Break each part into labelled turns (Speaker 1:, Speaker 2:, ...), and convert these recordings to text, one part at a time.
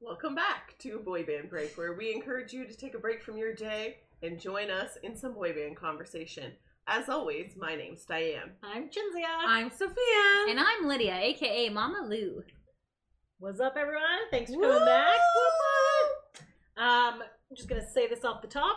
Speaker 1: Welcome back to Boy Band Break, where we encourage you to take a break from your day and join us in some boy band conversation. As always, my name's Diane.
Speaker 2: I'm Chinzia.
Speaker 3: I'm Sophia.
Speaker 4: And I'm Lydia, aka Mama Lou.
Speaker 2: What's up, everyone? Thanks for coming back. Whoop, whoop. Um, I'm just gonna say this off the top.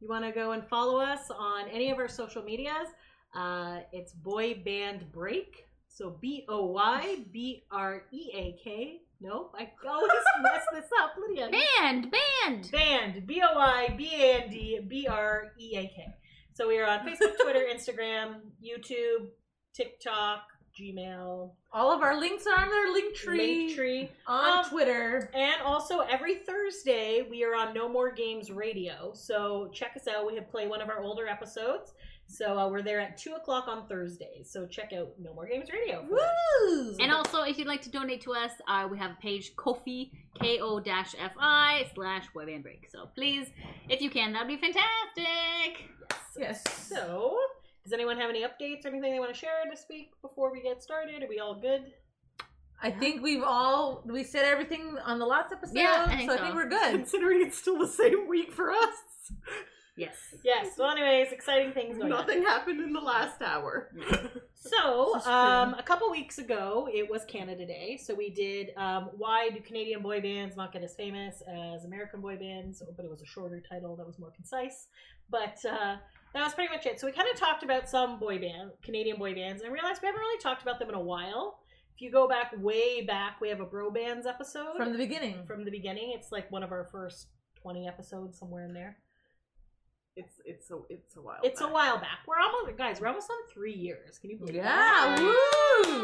Speaker 2: You want to go and follow us on any of our social medias. Uh, it's Boy Band Break. So B O Y B R E A K. Nope, I always mess this up, Lydia.
Speaker 4: Band, band!
Speaker 2: Band, B O Y B A N D B R E A K. So we are on Facebook, Twitter, Instagram, YouTube, TikTok, Gmail,
Speaker 3: All of our links are on our link tree,
Speaker 2: Linktree,
Speaker 3: on
Speaker 2: Um,
Speaker 3: Twitter.
Speaker 2: and also every Thursday we are on No More Games Radio. So check us out. We have play one of our older episodes. So uh, we're there at two o'clock on Thursdays. So check out No More Games Radio. for that.
Speaker 3: Woo!
Speaker 4: And also, if you'd like to donate to us, uh, we have a page, Kofi, K-O-F-I slash boyband break. So please, if you can, that'd be fantastic.
Speaker 3: yes.
Speaker 2: So does anyone have any updates or anything they want to share this week before we get started? Are we all good?
Speaker 3: I think we've all we said everything on the last episode,
Speaker 4: Yeah, I think
Speaker 3: so I
Speaker 4: so.
Speaker 3: think we're good.
Speaker 1: Considering it's still the same week for us,
Speaker 4: Yes.
Speaker 2: Yes. Well, anyways, exciting things going on.
Speaker 1: nothing happened in the last hour.
Speaker 2: So,
Speaker 3: This is
Speaker 2: um, a couple weeks ago, it was Canada Day. So we did um, "Why Do Canadian Boy Bands Not Get As Famous as American Boy Bands?" Oh, But it was a shorter title that was more concise. But uh, that was pretty much it. So we kind of talked about some boy band, Canadian boy bands, and realized we haven't really talked about them in a while. If you go back way back, we have a bro bands episode
Speaker 3: From the beginning.
Speaker 2: from the beginning. It's like one of our first twenty episodes, somewhere in there.
Speaker 1: It's it's a it's a while.
Speaker 2: It's a
Speaker 1: back.
Speaker 2: while back. We're almost guys. We're almost on three years. Can you believe that?
Speaker 3: Yeah,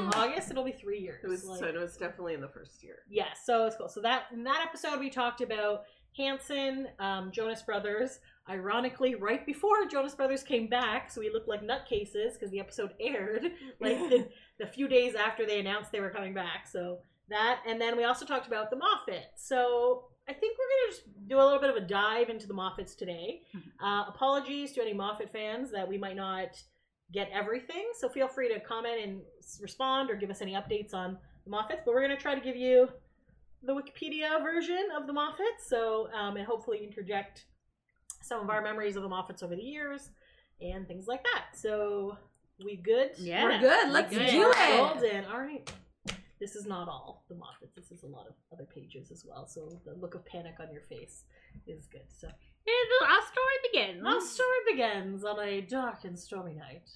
Speaker 3: woo!
Speaker 2: August, it'll be three years.
Speaker 1: It was
Speaker 2: Like-
Speaker 1: so it was definitely in the first year.
Speaker 2: yeah, so it's cool. So that in that episode we talked about Hanson, um, Jonas Brothers. Ironically, right before Jonas Brothers came back, so we looked like nutcases because the episode aired like the, the few days after they announced they were coming back. So that, and then we also talked about the Moffat. So I think we're gonna just do a little bit of a dive into the Moffats today. Uh, apologies to any Moffat fans that we might not get everything. So feel free to comment and s- respond or give us any updates on the Moffats. But we're gonna try to give you the Wikipedia version of the Moffats. So um, and hopefully interject some of our memories of the Moffats over the years and things like that. So we good?
Speaker 4: Yeah.
Speaker 3: We're good. Let's
Speaker 4: good.
Speaker 3: do it.
Speaker 2: Golden. All right. This is not all the Moffats. This is a lot of other pages as well. So the look of panic on your face is good. So
Speaker 4: And our story begins.
Speaker 3: Mm.
Speaker 2: our story begins on a dark and stormy night.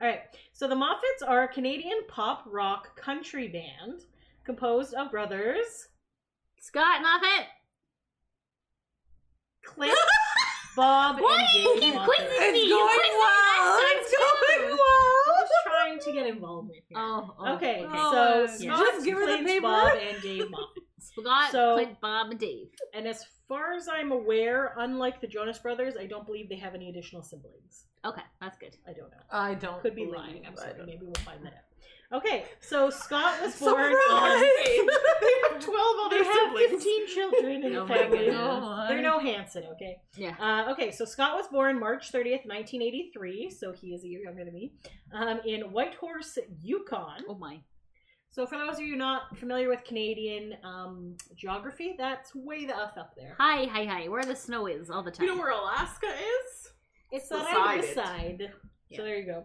Speaker 2: All right. So the Moffats are a Canadian pop rock country band composed of brothers
Speaker 4: Scott Moffat.
Speaker 2: Clint, Bob,
Speaker 4: Why
Speaker 2: and
Speaker 4: do you
Speaker 2: Dave
Speaker 4: keep
Speaker 2: Moffat.
Speaker 4: quizzing
Speaker 2: I'm
Speaker 4: me?
Speaker 3: It's
Speaker 4: You
Speaker 3: going
Speaker 4: quizzed me
Speaker 3: well.
Speaker 4: last time
Speaker 3: It's
Speaker 4: too.
Speaker 3: going well.
Speaker 2: just trying to get involved with you.
Speaker 4: Oh, oh,
Speaker 2: okay,
Speaker 3: Oh,
Speaker 2: so
Speaker 3: yeah.
Speaker 2: Scott,
Speaker 3: Just give her the
Speaker 2: Clint,
Speaker 3: paper.
Speaker 2: Bob, and Dave Moffat.
Speaker 4: Scott,
Speaker 2: So-
Speaker 4: Clint, Bob, and Dave.
Speaker 2: And as far as I'm aware, unlike the Jonas Brothers, I don't believe they have any additional siblings.
Speaker 4: Okay, that's good.
Speaker 2: I don't know.
Speaker 3: I don't
Speaker 2: Could be
Speaker 3: believe
Speaker 2: lying. I'm
Speaker 3: I
Speaker 2: sorry.
Speaker 3: don't-
Speaker 2: Maybe we'll find that out. Okay, so Scott was born on.
Speaker 3: Surprise!
Speaker 1: they have twelve other
Speaker 2: They have
Speaker 1: siblings.
Speaker 2: 15 children in the
Speaker 4: Oh my
Speaker 2: family.
Speaker 4: goodness.
Speaker 2: They're no Hanson, okay?
Speaker 4: Yeah.
Speaker 2: Uh, okay, so Scott was born March 30th, 1983, so he is a year younger than me, um, in Whitehorse, Yukon.
Speaker 4: Oh my.
Speaker 2: So, for those of you not familiar with Canadian um, geography, that's way the F up there.
Speaker 4: Hi, hi, hi. Where the snow is all the time.
Speaker 1: You know where Alaska is?
Speaker 2: It's
Speaker 1: Beside
Speaker 2: on the
Speaker 1: it.
Speaker 2: side.
Speaker 4: Yeah.
Speaker 2: So there you go.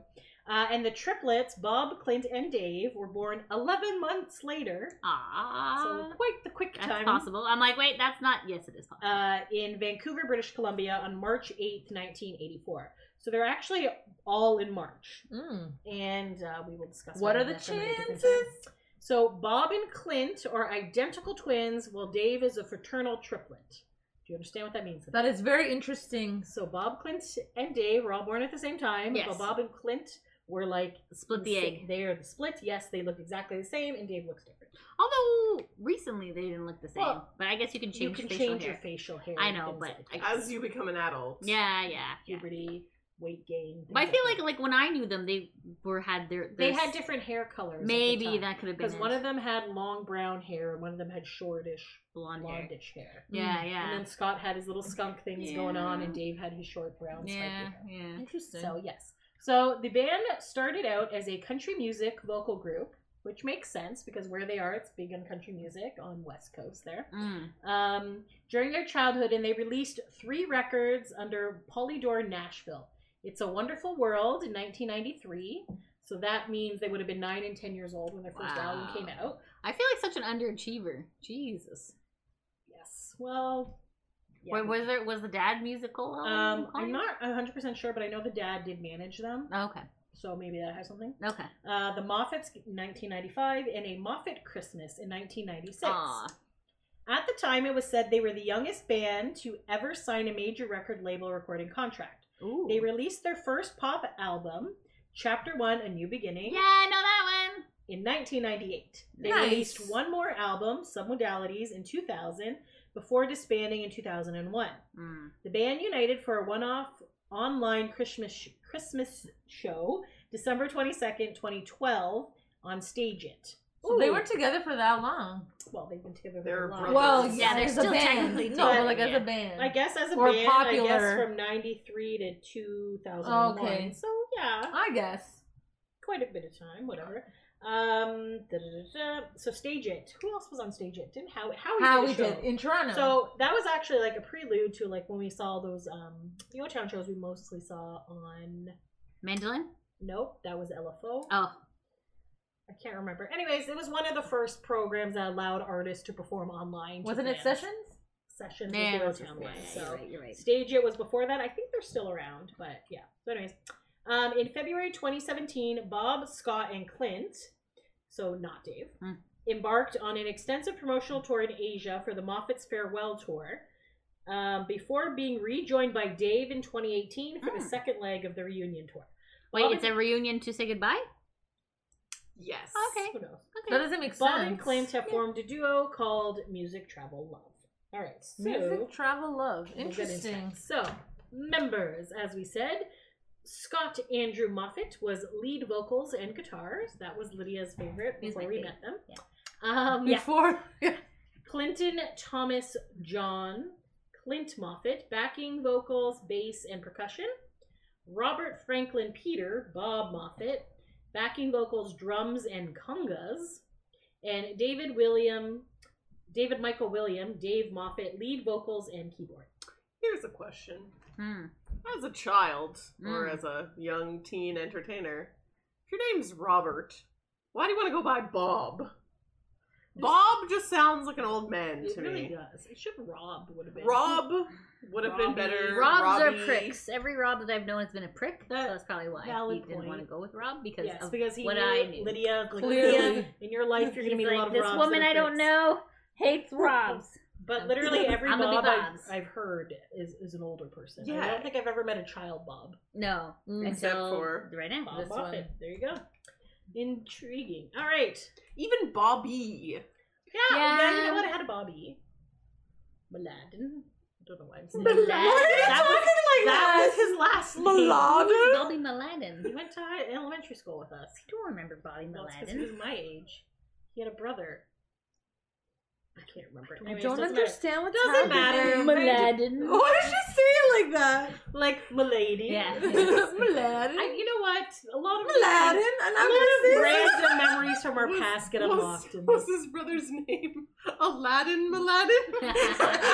Speaker 2: Uh, and the triplets, Bob, Clint, and Dave, were born 11 months later.
Speaker 4: Ah.
Speaker 2: so quite the quick
Speaker 4: that's
Speaker 2: time.
Speaker 4: possible. I'm like, wait, that's not. Yes, it is possible.
Speaker 2: Uh, in Vancouver, British Columbia on March 8th, 1984. So they're actually all in March.
Speaker 3: Mm.
Speaker 2: And uh, we will discuss
Speaker 3: What
Speaker 2: why
Speaker 3: are the
Speaker 2: that's at a different
Speaker 3: chances?
Speaker 2: time. So Bob and Clint are identical twins, while Dave is a fraternal triplet. Do you understand what that means?
Speaker 3: That is very interesting.
Speaker 2: So Bob, Clint, and Dave were all born at the same time.
Speaker 4: Yes.
Speaker 2: But Bob and Clint were like
Speaker 4: Split the
Speaker 2: sa-
Speaker 4: egg.
Speaker 2: They are the split. Yes, they look exactly the same, and Dave looks different.
Speaker 4: Although recently they didn't look the same,
Speaker 2: Well,
Speaker 4: but I guess you can change
Speaker 2: you can
Speaker 4: facial
Speaker 2: change
Speaker 4: hair.
Speaker 2: your facial hair.
Speaker 4: I
Speaker 2: and
Speaker 4: know,
Speaker 2: things
Speaker 4: but
Speaker 2: like
Speaker 4: I
Speaker 2: that.
Speaker 1: As you become an adult.
Speaker 4: yeah, yeah, yeah.
Speaker 2: puberty, weight gain.
Speaker 4: But I
Speaker 2: things
Speaker 4: feel like
Speaker 2: that.
Speaker 4: like when I knew them, they were had their,
Speaker 2: they
Speaker 4: their
Speaker 2: had
Speaker 4: s-
Speaker 2: different hair colors.
Speaker 4: maybe that could have been
Speaker 2: because one
Speaker 4: it.
Speaker 2: of them had long brown hair, and one of them had shortish
Speaker 4: blonde hair.
Speaker 2: blondish hair.
Speaker 4: Yeah,
Speaker 2: Mm, And
Speaker 4: yeah,
Speaker 2: then Scott had his little skunk things going on,
Speaker 4: Yeah.
Speaker 2: and Dave had his short brown spiky
Speaker 4: yeah,
Speaker 2: hair.
Speaker 4: yeah.
Speaker 3: Interesting.
Speaker 2: So yes. So the band started out as a country music vocal group which makes sense because where they are, it's big on country music on West Coast there.
Speaker 4: Mm.
Speaker 2: um, during their childhood, and they released three records under Polydor Nashville. It's a Wonderful World in 1993. So that means they would have been nine and ten years old when their first
Speaker 4: Wow.
Speaker 2: album came out.
Speaker 4: I feel like such an underachiever. Jesus.
Speaker 2: Yes. Well, yeah.
Speaker 4: Wait, was there was the dad musical?
Speaker 2: um,
Speaker 4: album
Speaker 2: I'm
Speaker 4: called?
Speaker 2: not 100% sure, but I know the dad did manage them.
Speaker 4: Okay.
Speaker 2: So maybe that has something.
Speaker 4: Okay.
Speaker 2: Uh, the Moffats, 1995, and a Moffat Christmas in 1996.
Speaker 4: Aw.
Speaker 2: At the time, it was said they were the youngest band to ever sign a major record label recording contract.
Speaker 4: Ooh.
Speaker 2: They released their first pop album, Chapter One: A New Beginning,
Speaker 4: Yeah, I know that one.
Speaker 2: in 1998. They
Speaker 3: Nice.
Speaker 2: released one more album, Submodalities, in 2000, before disbanding in 2001.
Speaker 4: Mm.
Speaker 2: The band united for a one-off online Christmas sh- Christmas show, December 22nd, 2012, on Stage It.
Speaker 3: So they were together for that long.
Speaker 2: well, they've been together
Speaker 1: They're
Speaker 2: for a while.
Speaker 1: Well, brothers.
Speaker 4: yeah, they're
Speaker 3: as
Speaker 4: still
Speaker 3: a band.
Speaker 4: technically
Speaker 3: no,
Speaker 2: together,
Speaker 3: like as
Speaker 4: yeah.
Speaker 3: a band.
Speaker 2: I guess as a
Speaker 3: Or
Speaker 2: band, I guess
Speaker 3: popular.
Speaker 2: from 93 to 2001.
Speaker 3: Okay.
Speaker 2: So, yeah.
Speaker 3: I guess.
Speaker 2: quite a bit of time, whatever. Um, da, da, da, da. so stage it. Who else was on stage it? Didn't Howie? Howie
Speaker 3: How
Speaker 2: did
Speaker 3: we
Speaker 2: a show.
Speaker 3: did in Toronto.
Speaker 2: So that was actually like a prelude to like when we saw those um Yo Town shows. We mostly saw on.
Speaker 4: Mandolin.
Speaker 2: Nope, that was LFO.
Speaker 4: Oh.
Speaker 2: I can't remember. Anyways, it was one of the first programs that allowed artists to perform online. to
Speaker 3: wasn't it
Speaker 2: fans.
Speaker 3: Sessions?
Speaker 2: Sessions
Speaker 4: Yeah, that's
Speaker 2: was the Yo Town
Speaker 4: right.
Speaker 2: one.
Speaker 4: Yeah,
Speaker 2: So
Speaker 4: you're right, you're right.
Speaker 2: Stage It was before that. I think they're still around, but yeah. So, anyways, um, in February 2017, Bob, Scott, and Clint, so not Dave,
Speaker 4: Hmm.
Speaker 2: embarked on an extensive promotional tour in Asia for the Moffat's Farewell Tour. Um, before being rejoined by Dave in 2018 for
Speaker 4: Hmm.
Speaker 2: the second leg of the reunion tour.
Speaker 4: Wait,
Speaker 2: Bob
Speaker 4: it's a reunion to say goodbye.
Speaker 1: Yes.
Speaker 4: Okay.
Speaker 2: Who knows?
Speaker 3: That doesn't make
Speaker 2: Bob
Speaker 3: sense.
Speaker 2: and Clint have formed a duo called Music Travel Love. All right, so
Speaker 3: Music, travel, love.
Speaker 2: We'll get into
Speaker 3: Interesting.
Speaker 2: that. So, members, as we said, Scott Andrew Moffat was lead vocals and guitars. That was Lydia's favorite
Speaker 4: He's
Speaker 2: before
Speaker 4: my
Speaker 2: we
Speaker 4: fave.
Speaker 2: met them.
Speaker 4: Yeah.
Speaker 2: Um, yeah.
Speaker 3: Before
Speaker 2: Clinton Thomas John, Clint Moffat, backing vocals, bass, and percussion. Robert Franklin Peter, Bob Moffat, backing vocals, drums, and congas. And David William, David Michael William, Dave Moffat, lead vocals and keyboard.
Speaker 1: Here's a question.
Speaker 4: Hmm.
Speaker 1: As a child or
Speaker 4: Mm.
Speaker 1: as a young teen entertainer, if your name's Robert, why do you want to go by Bob? Bob just sounds like an old man
Speaker 2: It
Speaker 1: to
Speaker 2: really
Speaker 1: me.
Speaker 2: does. It should Rob would have been.
Speaker 1: Rob would have been
Speaker 2: Robbie.
Speaker 1: better.
Speaker 4: Robs
Speaker 1: Robbie.
Speaker 4: are pricks. Every Rob that I've known has been a prick.
Speaker 2: That-
Speaker 4: so that's probably why
Speaker 2: valid
Speaker 4: he didn't
Speaker 2: point.
Speaker 4: want to go with Rob because
Speaker 2: Yes,
Speaker 4: of
Speaker 2: because he
Speaker 4: what
Speaker 2: knew
Speaker 4: I knew.
Speaker 2: Lydia. Like, Lydia,
Speaker 3: Clearly.
Speaker 2: in your life, you're going to
Speaker 4: He's
Speaker 2: meet a
Speaker 4: like,
Speaker 2: lot of
Speaker 4: this
Speaker 2: Robs
Speaker 4: woman
Speaker 2: and
Speaker 4: I don't
Speaker 2: pricks."
Speaker 4: know hates Robs.
Speaker 2: But literally every
Speaker 4: I'm a big
Speaker 2: Bob I've,
Speaker 4: Bobs.
Speaker 2: I've heard is, is an older person. I
Speaker 1: Yeah.
Speaker 2: don't think I've ever met a child Bob.
Speaker 4: no,
Speaker 3: Mm.
Speaker 1: Except
Speaker 4: until
Speaker 1: for-
Speaker 4: right now.
Speaker 2: Bob
Speaker 4: this
Speaker 2: Moffat.
Speaker 4: one.
Speaker 2: There you go. Intriguing. All right.
Speaker 1: Even Bobby.
Speaker 2: Yeah. Yeah. You
Speaker 4: Yeah.
Speaker 2: know what? I had a Bobby. Maladin. I don't know why I'm saying
Speaker 4: Maladin?
Speaker 2: that.
Speaker 4: Why are you
Speaker 2: That was,
Speaker 3: talking like that?
Speaker 2: that was his last name.
Speaker 3: Maladen?
Speaker 4: Bobby Maladen.
Speaker 2: He went to elementary school with us.
Speaker 4: I don't remember Bobby
Speaker 2: Well, it's 'cause he
Speaker 4: Maladen.
Speaker 2: was my age. He had a brother. I can't remember.
Speaker 3: I
Speaker 2: Anyways,
Speaker 3: don't
Speaker 2: doesn't matter.
Speaker 3: understand what
Speaker 2: Doesn't matter.
Speaker 4: Maladen.
Speaker 3: Why did she say it like that?
Speaker 2: Like milady.
Speaker 4: Yeah.
Speaker 3: Aladdin.
Speaker 2: I, you know what? A lot of
Speaker 3: Aladdin. And
Speaker 2: A lot
Speaker 3: I'm
Speaker 2: of
Speaker 3: gonna say
Speaker 2: random memories from our
Speaker 1: What's-
Speaker 2: past get
Speaker 1: what's-
Speaker 2: unlocked. in
Speaker 1: What's
Speaker 2: this.
Speaker 1: his brother's name? Aladdin Maladdin?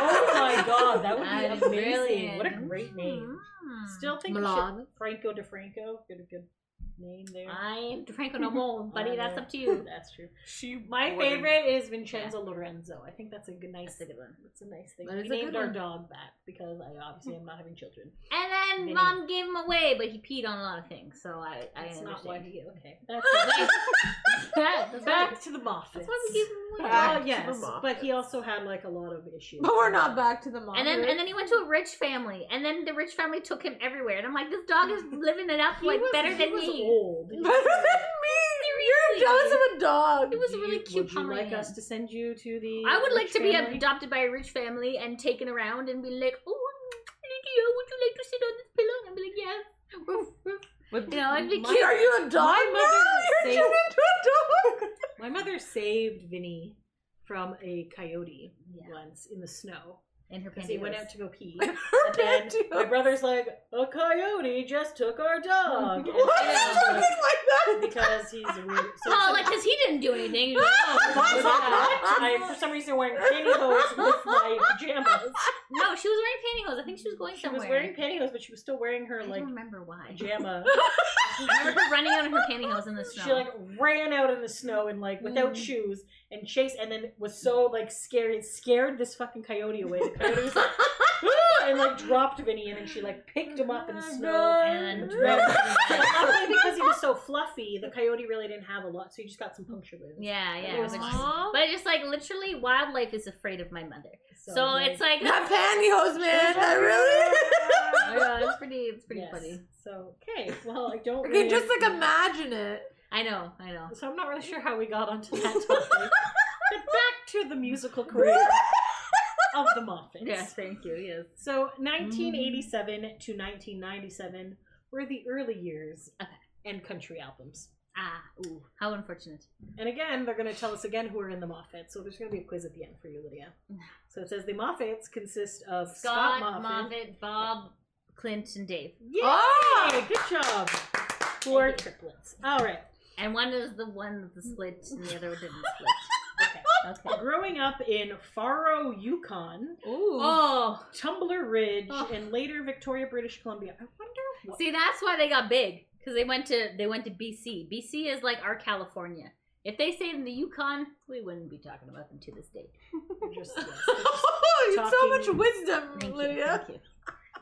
Speaker 2: Oh my god, that would
Speaker 4: That is
Speaker 2: be amazing!
Speaker 4: brilliant.
Speaker 2: What a great name.
Speaker 4: Hmm.
Speaker 2: Still thinking
Speaker 4: Maladen.
Speaker 2: shit. Franco DeFranco. Good, good name there.
Speaker 3: Ah,
Speaker 4: I ain't Franco no more, buddy.
Speaker 2: I
Speaker 4: That's
Speaker 2: know.
Speaker 4: up to you.
Speaker 2: That's true.
Speaker 1: she
Speaker 2: My
Speaker 1: wouldn't-
Speaker 2: favorite is Vincenzo Lorenzo. I think that's a good, nice,
Speaker 4: That's a good one.
Speaker 2: that's a nice thing.
Speaker 3: That
Speaker 2: We
Speaker 3: is a good
Speaker 2: named our
Speaker 3: one.
Speaker 2: dog that because I obviously am not having children.
Speaker 4: And then
Speaker 2: Mini.
Speaker 4: mom gave him away, but he peed on a lot of things, so I I
Speaker 2: That's
Speaker 4: understand.
Speaker 2: not why he. Okay,
Speaker 4: Wait,
Speaker 2: that's
Speaker 4: that- that's why-
Speaker 2: back to the Moffats.
Speaker 4: that's why we gave him away.
Speaker 1: Back to
Speaker 3: Ah.
Speaker 2: Oh
Speaker 1: the
Speaker 2: yes, but he
Speaker 1: Moffats.
Speaker 2: also had like a lot of issues.
Speaker 3: But we're not back to the mom.
Speaker 4: And then and then he went to a rich family, and then the rich family took him everywhere. And I'm like, this dog is living it up
Speaker 2: He
Speaker 4: like
Speaker 2: was-
Speaker 4: better
Speaker 2: he
Speaker 4: than
Speaker 2: was
Speaker 4: me.
Speaker 2: Old.
Speaker 3: Better than me. You're jealous of a dog.
Speaker 4: It was a
Speaker 2: Do
Speaker 4: really
Speaker 2: you-
Speaker 4: cute
Speaker 2: Would you like
Speaker 4: Pomeranian.
Speaker 2: us to send you to the?
Speaker 4: I would like
Speaker 2: rich
Speaker 4: to be
Speaker 2: family?
Speaker 4: adopted by a rich family and taken around and be like, oh, Lydia, would you like to sit on this pillow? And I'd be like, yes. Woof, woof.
Speaker 3: With
Speaker 4: You know, I'd be
Speaker 2: My-
Speaker 4: cute.
Speaker 3: Are you a dog
Speaker 2: My
Speaker 3: now?
Speaker 2: mother
Speaker 3: You're
Speaker 2: saved-
Speaker 3: turning into a dog.
Speaker 2: My mother saved Vinny from a coyote once in the snow.
Speaker 4: in her
Speaker 2: Because
Speaker 4: panties.
Speaker 2: he went out to go pee. And then my brother's like, a coyote just took our dog. And
Speaker 1: What?
Speaker 2: Sam's
Speaker 1: Something
Speaker 2: like,
Speaker 1: like that.
Speaker 2: because he's a weird. So
Speaker 4: Oh,
Speaker 2: so-
Speaker 4: like, because he didn't do anything. He's like,
Speaker 2: so
Speaker 4: "Oh,
Speaker 2: I, for some reason, wearing pantyhose with my pajamas.
Speaker 4: No, she was wearing pantyhose. I think she was going
Speaker 2: She
Speaker 4: somewhere.
Speaker 2: was wearing pantyhose, but she was still wearing her
Speaker 4: I
Speaker 2: like
Speaker 4: don't remember why.
Speaker 2: pajama.
Speaker 4: I remember her running out in her pantyhose in the snow.
Speaker 2: She like ran out in the snow and like without
Speaker 4: Mm.
Speaker 2: shoes and chased, and then was so like scared, it scared this fucking coyote away. The coyote was like, "Ah," and like dropped Vinny, and then she like picked him up in the snow.
Speaker 4: and
Speaker 2: And luckily, because he was so fluffy, the coyote really didn't have a lot, so he just got some puncture wounds.
Speaker 4: yeah, yeah. It was interesting.
Speaker 3: Aw.
Speaker 4: But just like literally, wildlife is afraid of my mother. So, it's like
Speaker 1: That pantyhose, man. That really.
Speaker 4: Oh my God, it's pretty. It's pretty
Speaker 2: Yes.
Speaker 4: funty.
Speaker 2: So okay, well I don't.
Speaker 3: Okay,
Speaker 2: Really,
Speaker 3: just like imagine it.
Speaker 4: I know. I know.
Speaker 2: so I'm not really sure how we got onto that topic. but back to the musical career of the Muffins.
Speaker 4: Yes, thank you. Yes.
Speaker 2: So 1987 to 1997 were the early years
Speaker 4: Okay.
Speaker 2: and country albums.
Speaker 4: Ah, ooh, how unfortunate.
Speaker 2: And again, they're going to tell us again who are in the Moffats. So there's going to be a quiz at the end for you, Lydia. So it says the Moffats consist of Scott,
Speaker 4: Scott,
Speaker 2: Moffat.
Speaker 4: Moffitt, Bob, Clint, and Dave.
Speaker 2: Yay!
Speaker 3: Oh!
Speaker 2: Good job. Who are
Speaker 4: Thank you.
Speaker 2: triplets? All right.
Speaker 4: And one is the one with the split, and the other didn't split.
Speaker 2: Okay.
Speaker 4: Okay.
Speaker 2: Growing up in Faro, Yukon,
Speaker 3: Ooh.
Speaker 4: Oh,
Speaker 2: Tumbler Ridge,
Speaker 4: Oh.
Speaker 2: and later Victoria, British Columbia. I wonder what.
Speaker 4: see, that's why they got big because they went to they went to BC. BC is like our California. If they stayed in the Yukon, we wouldn't be talking about them to this day.
Speaker 2: Just,
Speaker 3: You're so
Speaker 2: Talking-
Speaker 3: much
Speaker 4: Thank
Speaker 3: wisdom,
Speaker 4: you.
Speaker 3: Lydia.
Speaker 4: Thank you.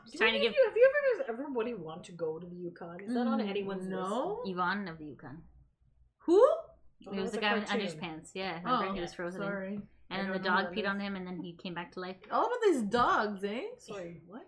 Speaker 4: Just
Speaker 2: Do
Speaker 4: trying to
Speaker 2: any of
Speaker 4: give
Speaker 2: you, have you ever does everybody want to go to the Yukon? Is that on
Speaker 3: Mm,
Speaker 2: anyone's
Speaker 3: no.
Speaker 4: Yvonne of the Yukon.
Speaker 3: Who?
Speaker 2: list? Oh,
Speaker 4: It
Speaker 2: that
Speaker 4: was the
Speaker 2: a
Speaker 4: guy with
Speaker 2: cartoon.
Speaker 4: underpants. Yeah, remember
Speaker 3: Oh,
Speaker 4: he was frozen. in.
Speaker 3: Sorry.
Speaker 2: I
Speaker 4: And then
Speaker 2: don't
Speaker 4: the
Speaker 2: know
Speaker 4: dog
Speaker 2: what
Speaker 4: peed
Speaker 2: that
Speaker 4: on
Speaker 2: is.
Speaker 4: him, and then he came back to life.
Speaker 3: All about these dogs, eh?
Speaker 2: Sorry, what?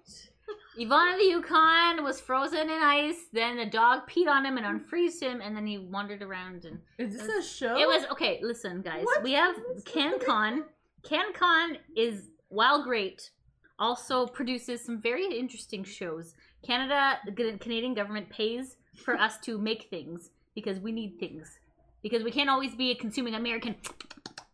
Speaker 4: Yvonne of the Yukon was frozen in ice. Then a dog peed on him and unfreezed him, and then he wandered around. And
Speaker 3: Is this a show?
Speaker 4: it was okay. Listen, guys,
Speaker 3: Oh. What?
Speaker 4: we have CanCon. CanCon is while great, also produces some very interesting shows. Canada, the Can- Canadian government pays for us to make things because we need things because we can't always be consuming American,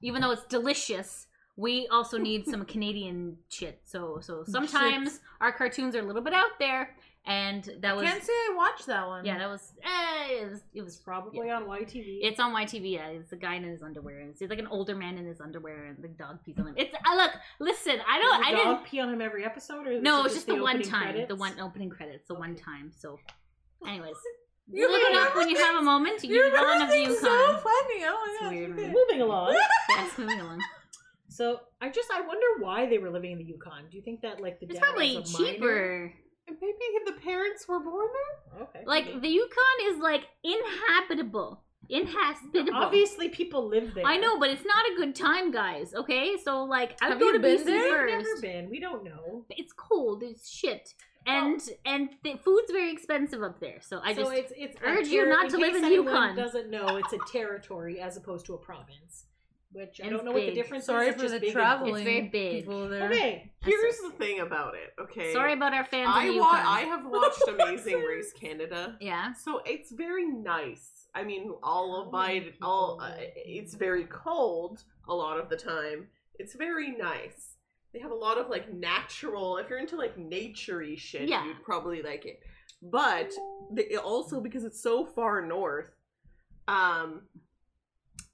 Speaker 4: even though it's delicious. We also need some Canadian shit. So so sometimes our cartoons are a little bit out there, and that was
Speaker 3: Can't say I watched that one.
Speaker 4: yeah that was eh, it was it was
Speaker 2: Probably on YTV.
Speaker 4: it's on YTV. Yeah, it's a guy in his underwear, and it's like an older man in his underwear, and the dog pees on him. It's uh, look, listen, I
Speaker 2: Does
Speaker 4: don't,
Speaker 2: the
Speaker 4: I
Speaker 2: dog
Speaker 4: didn't.
Speaker 2: pee on him every episode, or is
Speaker 4: No,
Speaker 2: it
Speaker 4: it's just the, one
Speaker 2: opening
Speaker 4: time, the
Speaker 2: credits?
Speaker 4: one opening credits, the one time. So, anyways,
Speaker 3: You
Speaker 4: look it up
Speaker 3: remember
Speaker 4: when you have a
Speaker 3: things-
Speaker 4: moment.
Speaker 3: You
Speaker 4: You get on
Speaker 3: remember
Speaker 4: of the
Speaker 3: things so
Speaker 4: Yukon.
Speaker 3: funny. Oh
Speaker 4: It's
Speaker 3: my gosh.
Speaker 4: weird,
Speaker 3: okay.
Speaker 4: right?
Speaker 2: Moving along.
Speaker 4: yes, moving along.
Speaker 2: So I just I wonder why they were living in the Yukon. Do you think that like the
Speaker 4: It's
Speaker 2: dad
Speaker 4: probably
Speaker 2: was a miner?
Speaker 4: cheaper.
Speaker 3: Maybe the parents were born there?
Speaker 2: Okay.
Speaker 4: Like the Yukon is like inhabitable, inhospitable.
Speaker 2: obviously people live there.
Speaker 4: I know, but it's not a good time, guys. Okay, so like I would
Speaker 3: Have
Speaker 4: go
Speaker 3: you
Speaker 4: to
Speaker 3: been
Speaker 4: BC
Speaker 3: there?
Speaker 2: We've
Speaker 4: first.
Speaker 2: never been. We don't know.
Speaker 4: it's cold. It's shit, and and the food's very expensive up there. So I
Speaker 2: so
Speaker 4: just
Speaker 2: it's it's a
Speaker 4: urge you
Speaker 2: terri-
Speaker 4: not to
Speaker 2: in
Speaker 4: live
Speaker 2: case
Speaker 4: in
Speaker 2: anyone
Speaker 4: Yukon.
Speaker 2: Doesn't know it's a territory as opposed to a province, which I
Speaker 4: And
Speaker 2: don't
Speaker 4: it's
Speaker 2: know what the
Speaker 4: big.
Speaker 2: difference
Speaker 3: Sorry
Speaker 2: is. it's
Speaker 3: for
Speaker 2: just
Speaker 3: the
Speaker 2: big and
Speaker 3: traveling.
Speaker 4: It's very big.
Speaker 3: People
Speaker 2: big.
Speaker 3: there.
Speaker 2: Okay,
Speaker 1: Here's the thing about it. Okay.
Speaker 4: sorry about our fans. in
Speaker 1: I
Speaker 4: the
Speaker 1: wa-
Speaker 4: Yukon.
Speaker 1: I have watched Amazing Race Canada.
Speaker 4: yeah.
Speaker 1: So it's very nice. I mean, all of my all. Uh, it's very cold a lot of the time. It's very nice. They have a lot of like natural. If you're into like naturey shit,
Speaker 4: Yeah.
Speaker 1: you'd probably like it. But they, also because it's so far north, um,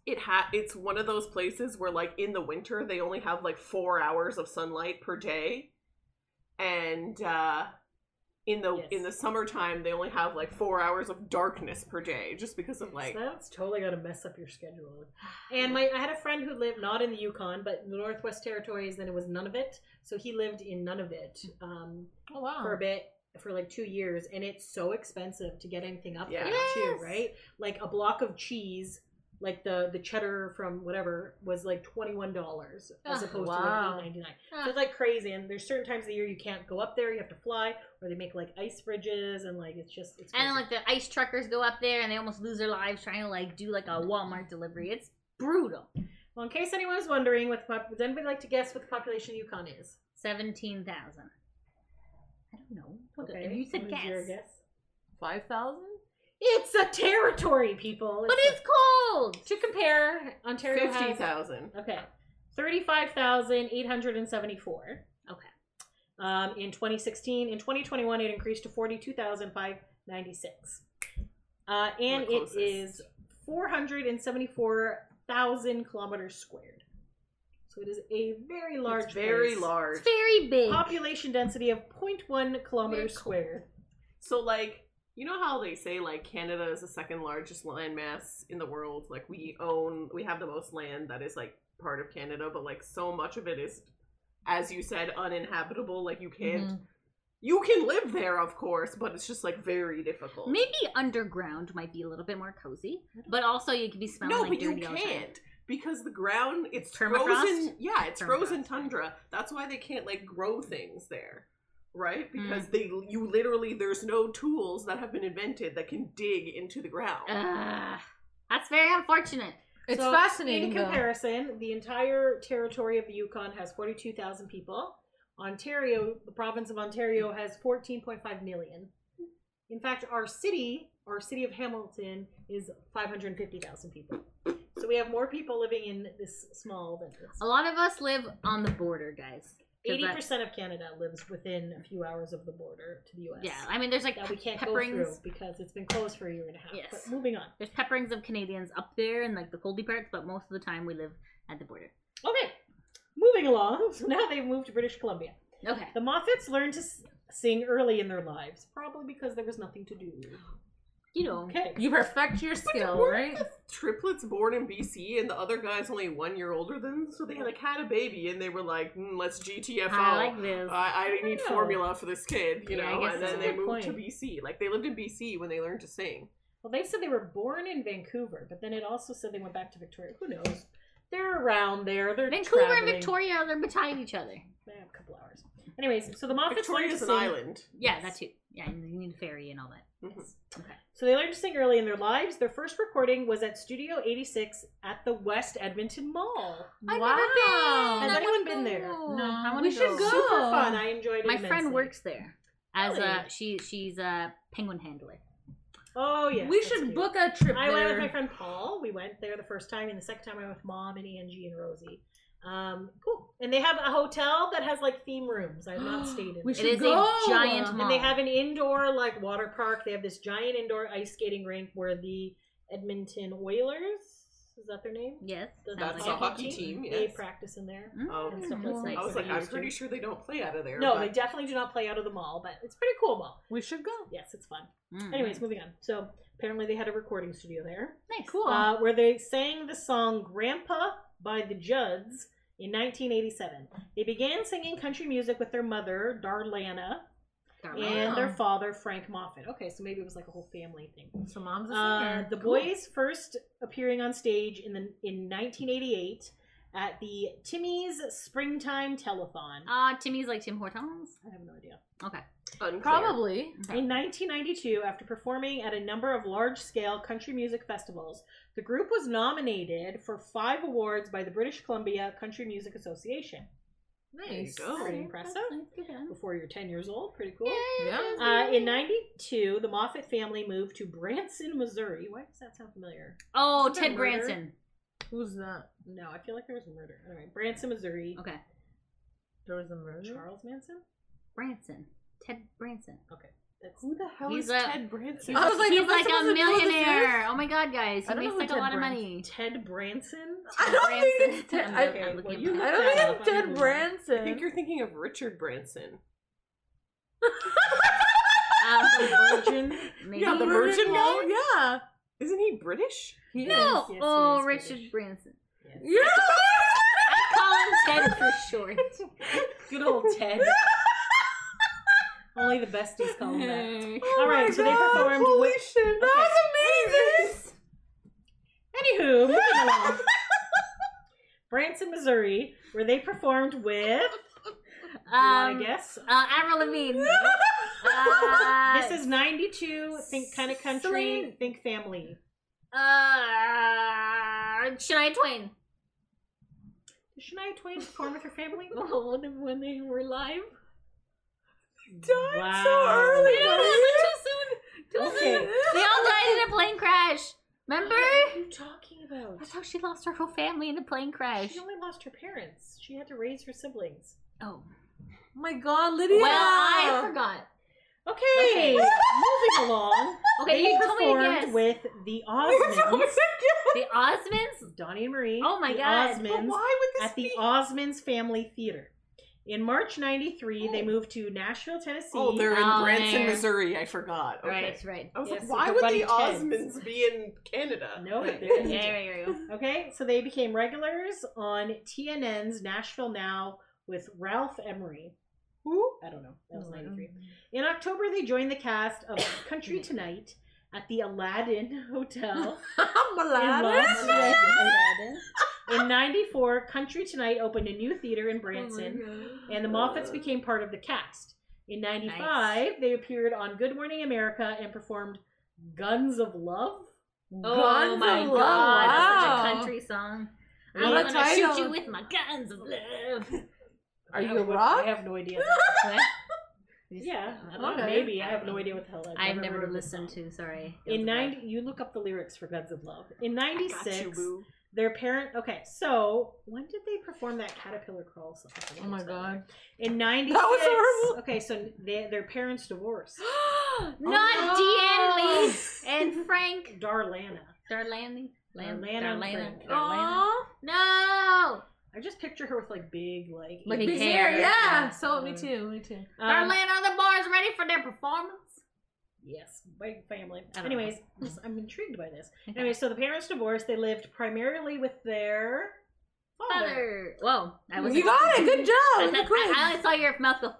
Speaker 1: it ha it's one of those places where like in the winter they only have like four hours of sunlight per day, and uh, in the
Speaker 2: Yes.
Speaker 1: in the summertime they only have like four hours of darkness per day just because of like
Speaker 2: so that's totally gonna mess up your schedule. And my I had a friend who lived not in the Yukon, but in the Northwest Territories, and it was none of it. So he lived in none of it um,
Speaker 3: Oh wow.
Speaker 2: for a bit for like two years, and it's so expensive to get anything up
Speaker 1: Yeah.
Speaker 2: there too,
Speaker 4: Yes.
Speaker 2: right? Like a block of cheese, like the the cheddar from whatever was like twenty one dollars as
Speaker 4: Ah,
Speaker 2: opposed
Speaker 3: wow.
Speaker 2: to like eight ninety nine. So it's like crazy, and there's certain times of the year you can't go up there. You have to fly, or they make like ice bridges, and like it's just it's
Speaker 4: And then
Speaker 2: crazy.
Speaker 4: like the ice truckers go up there and they almost lose their lives trying to like do like a Walmart delivery. It's brutal.
Speaker 2: Well, in case anyone was wondering, what the pop- would anybody like to guess what the population of Yukon is?
Speaker 4: Seventeen thousand. I don't know. Look, You said
Speaker 2: what is your
Speaker 4: guess.
Speaker 2: guess.
Speaker 3: Five thousand?
Speaker 2: It's a territory, people.
Speaker 4: But
Speaker 2: a-
Speaker 4: it's cold.
Speaker 2: to compare Ontario
Speaker 1: fifty
Speaker 2: has
Speaker 1: thousand.
Speaker 2: okay, thirty-five thousand eight hundred and seventy-four. Um, in 2016, in 2021, it increased to 42,596, uh, and
Speaker 1: We're
Speaker 2: it
Speaker 1: closest.
Speaker 2: is 474,000 kilometers squared. So it is a very large,
Speaker 1: It's very
Speaker 2: place.
Speaker 1: large.
Speaker 4: It's very big.
Speaker 2: population density of 0.1
Speaker 4: Very
Speaker 2: kilometers
Speaker 4: cool.
Speaker 2: squared.
Speaker 1: So like you know how they say like Canada is the second largest landmass in the world? Like we own we have the most land that is like part of Canada, but like so much of it is as you said, uninhabitable. Like you can't
Speaker 2: Mm-hmm.
Speaker 1: you can live there of course, but it's just like very difficult.
Speaker 4: Maybe underground might be a little bit more cozy, but also you could be smelling
Speaker 1: no,
Speaker 4: like
Speaker 1: but you
Speaker 4: dirty all the time.
Speaker 1: can't. Because the ground it's
Speaker 4: Permafrost?
Speaker 1: frozen yeah, it's frozen
Speaker 4: Permafrost.
Speaker 1: tundra. That's why they can't like grow things there. Right?
Speaker 4: Hmm.
Speaker 1: Because they you literally there's no tools that have been invented that can dig into the ground.
Speaker 4: Uh. Ugh. that's very unfortunate.
Speaker 3: It's
Speaker 2: So,
Speaker 3: fascinating.
Speaker 2: In
Speaker 3: though.
Speaker 2: comparison, the entire territory of the Yukon has 42,000 people. Ontario, the province of Ontario, has 14.5 million. In fact, our city, our city of Hamilton, is 550,000 people. So we have more people living in this small than this.
Speaker 4: A lot of us live on the border, guys. 'Cause that-
Speaker 2: 80% of Canada lives within a few hours of the border to the U.S.
Speaker 4: Yeah, I mean, there's like
Speaker 2: that we can't go through
Speaker 4: pepperings.
Speaker 2: because it's been closed for a year and a half.
Speaker 4: Yes.
Speaker 2: But moving on.
Speaker 4: There's pepperings of Canadians up there in like the coldy parts, but most of the time we live at the border.
Speaker 2: Okay, moving along. So now they've moved to British Columbia.
Speaker 4: Okay.
Speaker 2: The Moffats learned to s- sing early in their lives, probably because there was nothing to do.
Speaker 4: You know.
Speaker 2: Okay.
Speaker 3: You perfect your skill,
Speaker 1: we're-
Speaker 3: right?
Speaker 1: triplets born in BC, and the other guy's only one year older than them, so they like had a baby, and they were like, mm, "Let's GTFO."
Speaker 4: I like this.
Speaker 2: Uh,
Speaker 1: I, I need
Speaker 2: know.
Speaker 1: formula for this kid, you
Speaker 4: Yeah, I
Speaker 1: know.
Speaker 4: guess
Speaker 1: And
Speaker 4: that's
Speaker 1: then
Speaker 4: a
Speaker 1: they
Speaker 2: good
Speaker 1: moved to
Speaker 2: point.
Speaker 1: BC. Like they lived in BC when they learned to sing.
Speaker 2: Well, they said they were born in Vancouver, but then it also said they went back to Victoria. Who knows? They're around there. They're
Speaker 4: Vancouver and
Speaker 2: traveling.
Speaker 4: Victoria, they're beside each other.
Speaker 2: They have a couple hours. Anyways, so the Moffats learned to
Speaker 1: Victoria's
Speaker 2: sing.
Speaker 1: an island.
Speaker 4: Yeah,
Speaker 2: Yes.
Speaker 4: that too. Yeah, and you need a ferry and all that.
Speaker 1: Mhm.
Speaker 2: So they learned to sing early in their lives. Their first recording was at Studio 86 at the West Edmonton Mall.
Speaker 4: I've
Speaker 3: wow.
Speaker 4: never been.
Speaker 2: Has
Speaker 4: I
Speaker 2: anyone
Speaker 4: wanna
Speaker 2: been there?
Speaker 4: go.
Speaker 3: No.
Speaker 4: I wanna
Speaker 3: We should
Speaker 4: go.
Speaker 3: go.
Speaker 2: Super
Speaker 3: Oh.
Speaker 2: fun. I enjoyed it.
Speaker 4: My friend
Speaker 2: immensely.
Speaker 4: works there as a
Speaker 2: Really?
Speaker 4: she. She's a penguin handler.
Speaker 2: Oh yeah.
Speaker 3: we should book a trip
Speaker 2: I went with
Speaker 3: there.
Speaker 2: my friend Paul. We went there the first time, and the second time I went with mom and Angie and Rosie. Um, cool. And they have a hotel that has like theme rooms. I've not stayed in.
Speaker 3: We
Speaker 2: it.
Speaker 4: It
Speaker 3: should
Speaker 4: is
Speaker 3: go.
Speaker 4: a giant
Speaker 3: And
Speaker 4: mall.
Speaker 2: And they have an indoor like water park. They have this giant indoor ice skating rink where the Edmonton Oilers is that their name?
Speaker 4: Yes,
Speaker 2: The
Speaker 4: sounds
Speaker 1: That's a
Speaker 4: like it.
Speaker 1: hockey team.
Speaker 2: They
Speaker 1: Yes.
Speaker 2: practice in there.
Speaker 4: Mm,
Speaker 1: Oh,
Speaker 2: And stuff
Speaker 4: cool.
Speaker 2: like that.
Speaker 1: I was
Speaker 2: So
Speaker 1: like,
Speaker 2: you
Speaker 1: I'm
Speaker 2: should-
Speaker 1: pretty sure they don't play out of there.
Speaker 2: No,
Speaker 1: but
Speaker 2: they definitely do not play out of the mall, but it's a pretty cool mall.
Speaker 3: We should go.
Speaker 2: Yes, it's fun.
Speaker 1: Mm-hmm.
Speaker 4: Mm.
Speaker 2: Anyways, moving on. So apparently they had a recording studio there.
Speaker 4: nice.
Speaker 3: Cool.
Speaker 2: uh, where they sang the song Grandpa by the Judds in 1987. They began singing country music with their mother, Darlana,
Speaker 4: Darling.
Speaker 2: and their father, Frank Moffat. Okay, so maybe it was like a whole family thing.
Speaker 3: So mom's a
Speaker 2: Uh,
Speaker 3: singer.
Speaker 2: the boys first appearing on stage in, the, in 1988 at the Timmy's Springtime Telethon.
Speaker 4: Uh, Timmy's like Tim Hortons.
Speaker 2: I have no idea.
Speaker 4: Okay.
Speaker 1: Unclear.
Speaker 3: Probably.
Speaker 4: Okay.
Speaker 2: In 1992, after performing at a number of large scale country music festivals, the group was nominated for five awards by the British Columbia Country Music Association.
Speaker 3: Nice.
Speaker 1: There you go.
Speaker 2: Pretty impressive. Before you're 10 years old, pretty cool.
Speaker 3: Yeah.
Speaker 2: Uh, in 92, the Moffat family moved to Branson, Missouri. Why does that sound familiar?
Speaker 4: Oh,
Speaker 2: Isn't that
Speaker 4: Ted
Speaker 2: murder?
Speaker 4: Branson.
Speaker 3: Who's that?
Speaker 2: No, I feel like there was a murder. Anyway, Branson, Missouri.
Speaker 4: Okay,
Speaker 3: There was a murder.
Speaker 2: Charles Manson?
Speaker 4: Branson. Ted Branson.
Speaker 2: That's
Speaker 1: Who the hell
Speaker 4: He's
Speaker 1: is
Speaker 4: a-
Speaker 1: Ted Branson?
Speaker 3: I was like,
Speaker 4: he's
Speaker 3: if that's
Speaker 4: like a
Speaker 3: supposed to know this
Speaker 4: millionaire.
Speaker 3: is-
Speaker 4: Oh my god, guys, he
Speaker 3: I don't
Speaker 4: makes
Speaker 3: know who
Speaker 4: like a
Speaker 3: Ted
Speaker 4: lot of
Speaker 3: Branson-
Speaker 4: money.
Speaker 2: Ted Branson?
Speaker 3: I don't think it's
Speaker 4: Branson. I'm
Speaker 3: Ted. I,
Speaker 4: looking- I'm
Speaker 2: well,
Speaker 4: looking
Speaker 2: you
Speaker 4: him
Speaker 3: I
Speaker 4: up.
Speaker 3: don't think
Speaker 2: Yeah.
Speaker 3: it's Ted Branson.
Speaker 1: I think you're thinking of Richard Branson.
Speaker 4: Um,
Speaker 2: Virgin?
Speaker 4: maybe.
Speaker 1: Yeah, the Virgin
Speaker 3: Oh,
Speaker 1: guy?
Speaker 3: Yeah.
Speaker 1: Isn't he British?
Speaker 3: He
Speaker 4: No.
Speaker 2: Yes, yes,
Speaker 4: oh,
Speaker 2: yes,
Speaker 4: Richard
Speaker 2: British.
Speaker 4: Branson.
Speaker 2: Yes.
Speaker 3: Yeah.
Speaker 4: I call him Ted for short.
Speaker 2: Good old Ted. Only the besties call him that.
Speaker 3: Oh
Speaker 2: All right,
Speaker 3: my
Speaker 2: so they
Speaker 3: God,
Speaker 2: performed
Speaker 3: Holy
Speaker 2: with-
Speaker 3: shit. That's
Speaker 2: Anywho, moving along.
Speaker 3: amazing.
Speaker 2: Branson, Missouri, where they performed with. I
Speaker 4: Um,
Speaker 2: guess
Speaker 4: uh, Avril Lavigne. Uh,
Speaker 2: this is '92. Think kind of country.
Speaker 4: Celine-
Speaker 2: Think family.
Speaker 4: uh, Shania Twain.
Speaker 2: Did Shania Twain perform with her family?
Speaker 4: Oh, when, when they were live.
Speaker 3: Died
Speaker 2: Wow.
Speaker 3: so early.
Speaker 4: Yeah, that was too soon. Too
Speaker 2: Okay.
Speaker 4: soon. They all died in a plane crash. Remember?
Speaker 2: What are you talking about?
Speaker 4: That's how she lost her whole family in a plane crash.
Speaker 2: She only lost her parents. She had to raise her siblings.
Speaker 4: Oh.
Speaker 3: Oh my god, Lydia!
Speaker 4: Well, I forgot.
Speaker 2: Okay,
Speaker 4: Okay.
Speaker 2: moving along.
Speaker 4: Okay,
Speaker 2: they
Speaker 4: you told me to
Speaker 2: performed
Speaker 4: guess.
Speaker 2: with the Osmonds,
Speaker 4: the Osmonds?
Speaker 2: Donnie and Marie.
Speaker 4: Oh my
Speaker 2: the
Speaker 4: God. But
Speaker 1: But
Speaker 2: Osmonds
Speaker 1: why would this
Speaker 2: at the
Speaker 1: be?
Speaker 2: Osmonds Family Theater. In March '93, they moved to Nashville, Tennessee.
Speaker 1: oh, they're in
Speaker 4: Oh,
Speaker 1: Branson,
Speaker 4: there.
Speaker 1: Missouri. I forgot. Okay.
Speaker 4: Right, right.
Speaker 1: I was
Speaker 2: Yes,
Speaker 1: like, why
Speaker 2: the
Speaker 1: would
Speaker 2: Buddy
Speaker 1: the
Speaker 2: Teds.
Speaker 1: Osmonds be in Canada?
Speaker 2: No,
Speaker 1: Right.
Speaker 2: they're in-
Speaker 4: Yeah, there you go.
Speaker 2: Okay, so they became regulars on TNN's Nashville Now with Ralph Emery.
Speaker 1: Who?
Speaker 2: I don't know. That
Speaker 4: Oh,
Speaker 2: was 93. In October, they joined the cast of
Speaker 4: Mm.
Speaker 2: Country Tonight at the Aladdin Hotel in Las Vegas. In 94, Country Tonight opened a new theater
Speaker 4: Oh
Speaker 2: in
Speaker 3: Oh
Speaker 2: Branson, and the Moffats became part of the cast. In 95, they appeared on Good Morning America and performed Guns of Love.
Speaker 4: Oh
Speaker 3: Guns
Speaker 4: my
Speaker 3: of
Speaker 4: god,
Speaker 3: Love.
Speaker 4: that's such
Speaker 3: Wow.
Speaker 4: a country song.
Speaker 2: What
Speaker 4: I'm
Speaker 2: a
Speaker 4: gonna shoot
Speaker 3: title.
Speaker 4: you with my guns of love.
Speaker 1: Are
Speaker 2: I
Speaker 1: you a
Speaker 2: would-
Speaker 1: rock?
Speaker 2: I have no idea. Yeah,
Speaker 4: I don't know.
Speaker 3: Okay.
Speaker 2: maybe. I have no idea what the hell I've,
Speaker 4: I've
Speaker 2: never,
Speaker 4: never
Speaker 2: heard of this
Speaker 4: listened
Speaker 2: song.
Speaker 4: to, sorry.
Speaker 2: In 90, you look up the lyrics for Guns of Love. In
Speaker 1: I got
Speaker 2: 96,
Speaker 1: you, boo.
Speaker 2: their parent. Okay, so when did they perform that Caterpillar Crawl song? I think
Speaker 3: Oh my
Speaker 2: it's
Speaker 3: god.
Speaker 2: In 96.
Speaker 1: That was horrible.
Speaker 2: Okay, so they, their parents divorced.
Speaker 4: Not Deanne
Speaker 3: Oh.
Speaker 4: Lee and Frank.
Speaker 2: Darlana.
Speaker 4: Darlene. Lan-
Speaker 2: Darlana and Frank.
Speaker 4: Darlana. Darlana.
Speaker 3: Aw.
Speaker 4: No!
Speaker 2: I just picture her with like big, like.
Speaker 4: Like
Speaker 2: big
Speaker 4: big hair, Uh,
Speaker 2: hair.
Speaker 3: Yeah, so me too, me too.
Speaker 2: Um,
Speaker 4: Darlene, are the bars ready for their performance?
Speaker 2: Yes, big family.
Speaker 4: I don't
Speaker 2: Anyways,
Speaker 4: know.
Speaker 2: this- I'm intrigued by this.
Speaker 4: Okay.
Speaker 2: Anyway, so the parents divorced. They lived primarily with their father.
Speaker 4: Butter. Whoa. I was
Speaker 3: You got it. Good job.
Speaker 4: I,
Speaker 3: Good
Speaker 4: thought- I, I only saw your mouth go.
Speaker 2: Uh,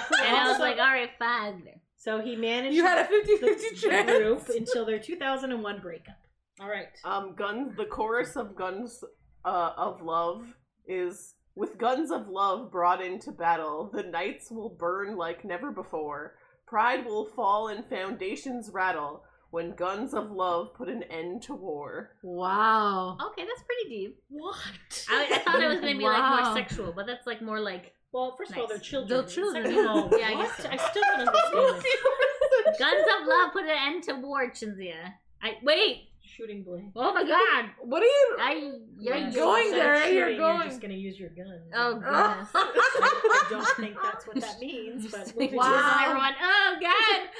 Speaker 2: who
Speaker 4: And I was
Speaker 2: also-
Speaker 4: like, all right, father.
Speaker 2: so he managed.
Speaker 3: you had a 50
Speaker 2: the,
Speaker 3: 50
Speaker 2: the
Speaker 3: chance.
Speaker 2: group until their 2001 breakup. All right.
Speaker 1: Um, guns. The chorus of "Guns uh, of Love" is with guns of love brought into battle. The nights will burn like never before. Pride will fall and foundations rattle when guns of love put an end to war.
Speaker 3: Wow.
Speaker 4: Okay, that's pretty deep.
Speaker 2: What?
Speaker 4: I, I thought it was going to be like
Speaker 3: Wow.
Speaker 4: more sexual, but that's like more like
Speaker 2: well, first of all, they're
Speaker 4: Nice.
Speaker 2: children.
Speaker 3: They're children.
Speaker 2: Second of all,
Speaker 4: Yeah, I guess
Speaker 2: what?
Speaker 4: so.
Speaker 2: I still don't understand. this.
Speaker 4: guns of love put an end to war, Chinzia. I wait.
Speaker 2: Shooting blank.
Speaker 4: Oh my god.
Speaker 3: What are you?
Speaker 4: I you're
Speaker 2: Yeah,
Speaker 3: going
Speaker 2: so
Speaker 3: there,
Speaker 2: instead of
Speaker 3: you're
Speaker 2: shooting,
Speaker 3: going.
Speaker 2: You're just gonna use your gun.
Speaker 4: Oh goodness.
Speaker 2: I I don't think that's what that means. But we'll
Speaker 4: Wow.
Speaker 2: just-
Speaker 3: Wow.
Speaker 4: Everyone. Oh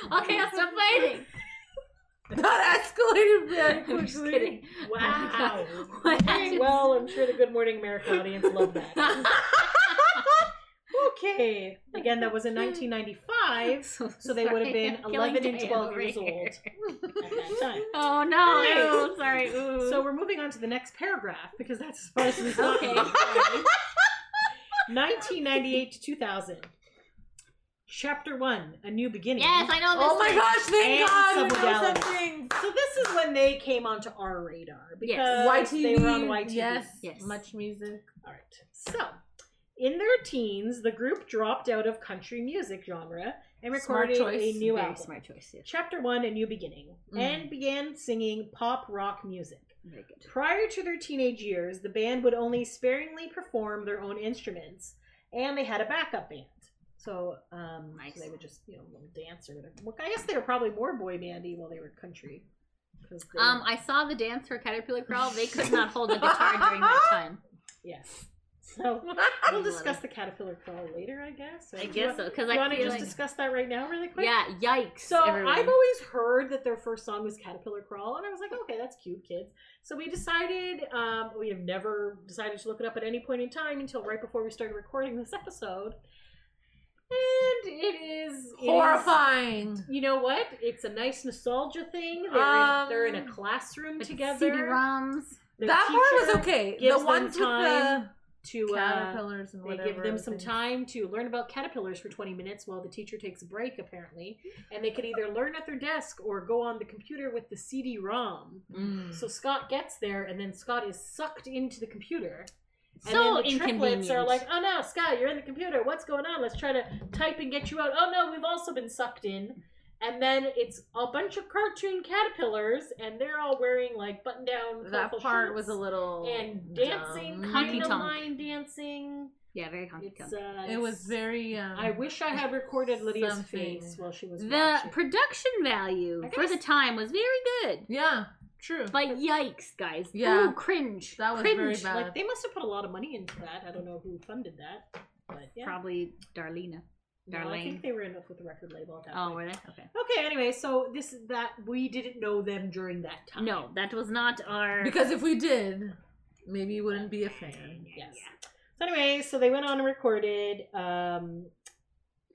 Speaker 4: god. Okay, I'll stop fighting.
Speaker 3: that escalated very quickly.
Speaker 4: I'm just kidding.
Speaker 2: Wow.
Speaker 4: What?
Speaker 2: Okay, well, I'm sure the Good Morning America audience loved that. Okay. Again, that was in 1995, so they would have been 11 and 12 years old at that time.
Speaker 4: Oh no!
Speaker 2: Nice.
Speaker 4: Ew, sorry. Ooh.
Speaker 2: So we're moving on to the next paragraph because that's as far as we've gotten.
Speaker 4: Okay.
Speaker 2: 1998 to 2000. Chapter 1 A New Beginning.
Speaker 4: yes, I know this.
Speaker 3: Oh my
Speaker 4: one.
Speaker 3: gosh, thank
Speaker 2: And
Speaker 3: God. we
Speaker 2: Sybil
Speaker 3: know
Speaker 2: Gallup.
Speaker 3: some things.
Speaker 2: So this is when they came onto our radar because
Speaker 4: Yes.
Speaker 3: YTV.
Speaker 2: Uh, they were on YTV.
Speaker 3: Yes.
Speaker 4: Yes.
Speaker 3: Much music.
Speaker 2: All right. So, in their teens, the group dropped out of country music genre and
Speaker 3: Smart
Speaker 2: recorded a
Speaker 3: choice.
Speaker 2: new
Speaker 4: Very
Speaker 2: album.
Speaker 4: smart choice. Yes.
Speaker 2: Chapter 1 A New Beginning
Speaker 3: Mm.
Speaker 2: and began singing pop rock music.
Speaker 4: Very good.
Speaker 2: Prior to their teenage years, the band would only sparingly perform their own instruments, and they had a backup band. So um, so
Speaker 4: Nice.
Speaker 2: they would just, you know, little dance or whatever. Well, I guess they were probably more boy bandy while they were country. 'cause they-
Speaker 4: Um, I saw the dance for Caterpillar Crawl. They could not hold a guitar during that time.
Speaker 2: yes. So we'll discuss the caterpillar crawl later, I guess. or
Speaker 4: I
Speaker 2: do you
Speaker 4: guess so because
Speaker 2: You
Speaker 4: I
Speaker 2: want to
Speaker 4: feel
Speaker 2: just
Speaker 4: like
Speaker 2: discuss that right now, really quick?
Speaker 4: yeah. Yikes!
Speaker 2: So
Speaker 4: everyone.
Speaker 2: I've always heard that their first song was Caterpillar Crawl, and I was like, okay, that's cute, kids. So we decided, um, we have never decided to look it up at any point in time until right before we started recording this episode. And it is it is-
Speaker 3: Horrifying.
Speaker 2: you know what? It's a nice nostalgia thing. They're, in,
Speaker 3: Um,
Speaker 2: they're in a classroom
Speaker 4: With the
Speaker 2: together.
Speaker 4: CD-ROMs.
Speaker 2: Their
Speaker 3: that part
Speaker 2: teacher
Speaker 3: was okay.
Speaker 2: gives
Speaker 3: The
Speaker 2: them
Speaker 3: ones with
Speaker 2: time
Speaker 3: the
Speaker 2: To uh,
Speaker 3: caterpillars and
Speaker 2: they
Speaker 3: whatever.
Speaker 2: give them some
Speaker 3: things.
Speaker 2: time to learn about caterpillars for 20 minutes while the teacher takes a break, apparently. And they could either learn at their desk or go on the computer with the CD ROM.
Speaker 3: Mm.
Speaker 2: So Scott gets there, and then Scott is sucked into the computer. And
Speaker 4: So
Speaker 2: then the triplets
Speaker 4: inconvenient.
Speaker 2: are like, oh no, Scott, you're in the computer. What's going on? Let's try to type and get you out. Oh no, we've also been sucked in. And then it's a bunch of cartoon caterpillars, and they're all wearing like button down.
Speaker 3: that part was a little
Speaker 2: And dancing,
Speaker 3: dumb.
Speaker 2: kind
Speaker 4: Honky
Speaker 2: of
Speaker 4: tonk.
Speaker 2: line dancing.
Speaker 4: Yeah, very honky
Speaker 2: It's,
Speaker 4: tonk.
Speaker 2: uh,
Speaker 3: It was very. Um,
Speaker 2: I wish I had recorded Lydia's
Speaker 3: something.
Speaker 2: face while she was
Speaker 4: The
Speaker 2: watching.
Speaker 4: production value
Speaker 2: I
Speaker 4: for
Speaker 2: guess-
Speaker 4: the time was very good.
Speaker 3: Yeah, true.
Speaker 4: But yikes, guys.
Speaker 3: Yeah.
Speaker 4: Ooh, cringe.
Speaker 3: That was
Speaker 4: cringe.
Speaker 3: very bad.
Speaker 2: like they must have put a lot of money into that. I don't know who funded that, but yeah.
Speaker 4: Probably Darlena.
Speaker 2: No, I
Speaker 4: Darlene.
Speaker 2: think they were in up with the record label. At that
Speaker 4: Oh,
Speaker 2: point.
Speaker 4: were they? Okay.
Speaker 2: Okay. Anyway, so this is that we didn't know them during that time.
Speaker 4: No, that was not our.
Speaker 3: Because if we did, maybe you wouldn't be a fan.
Speaker 2: Yes. So anyway, so they went on and recorded um,
Speaker 4: Okay,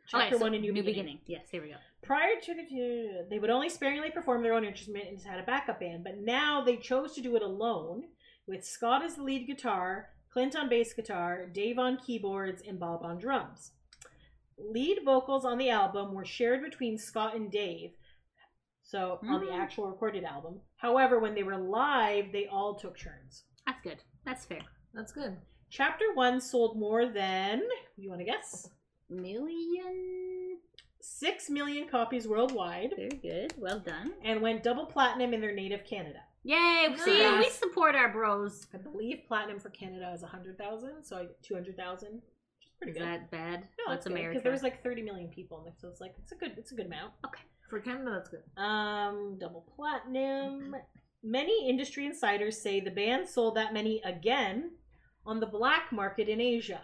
Speaker 2: chapter
Speaker 4: so
Speaker 2: one and new, beginning.
Speaker 4: Yes, here we go.
Speaker 2: Prior to the, they would only sparingly perform their own instrument and just had a backup band, but now they chose to do it alone, with Scott as the lead guitar, Clint on bass guitar, Dave on keyboards, and Bob on drums. Lead vocals on the album were shared between Scott and Dave, so on the
Speaker 4: Mm.
Speaker 2: actual recorded album. However, when they were live, they all took turns.
Speaker 4: That's good. That's fair.
Speaker 3: That's good.
Speaker 2: Chapter one sold more than you want to guess
Speaker 4: Million.
Speaker 2: six million copies worldwide,
Speaker 4: Very good. Well done.
Speaker 2: and went double platinum in their native Canada.
Speaker 4: Yay!
Speaker 3: Nice.
Speaker 4: See, we support our bros.
Speaker 2: I believe platinum for Canada is 100,000, so I get 200,000, which is pretty
Speaker 4: Is
Speaker 2: good.
Speaker 4: that bad?
Speaker 2: no,
Speaker 4: That's
Speaker 2: it's America.
Speaker 4: America.
Speaker 2: Because there was like 30 million people, in there, so it's like it's a good, it's a good amount.
Speaker 3: For Canada, that's good.
Speaker 2: Um, double platinum. Many industry insiders say the band sold that many again on the black market in Asia.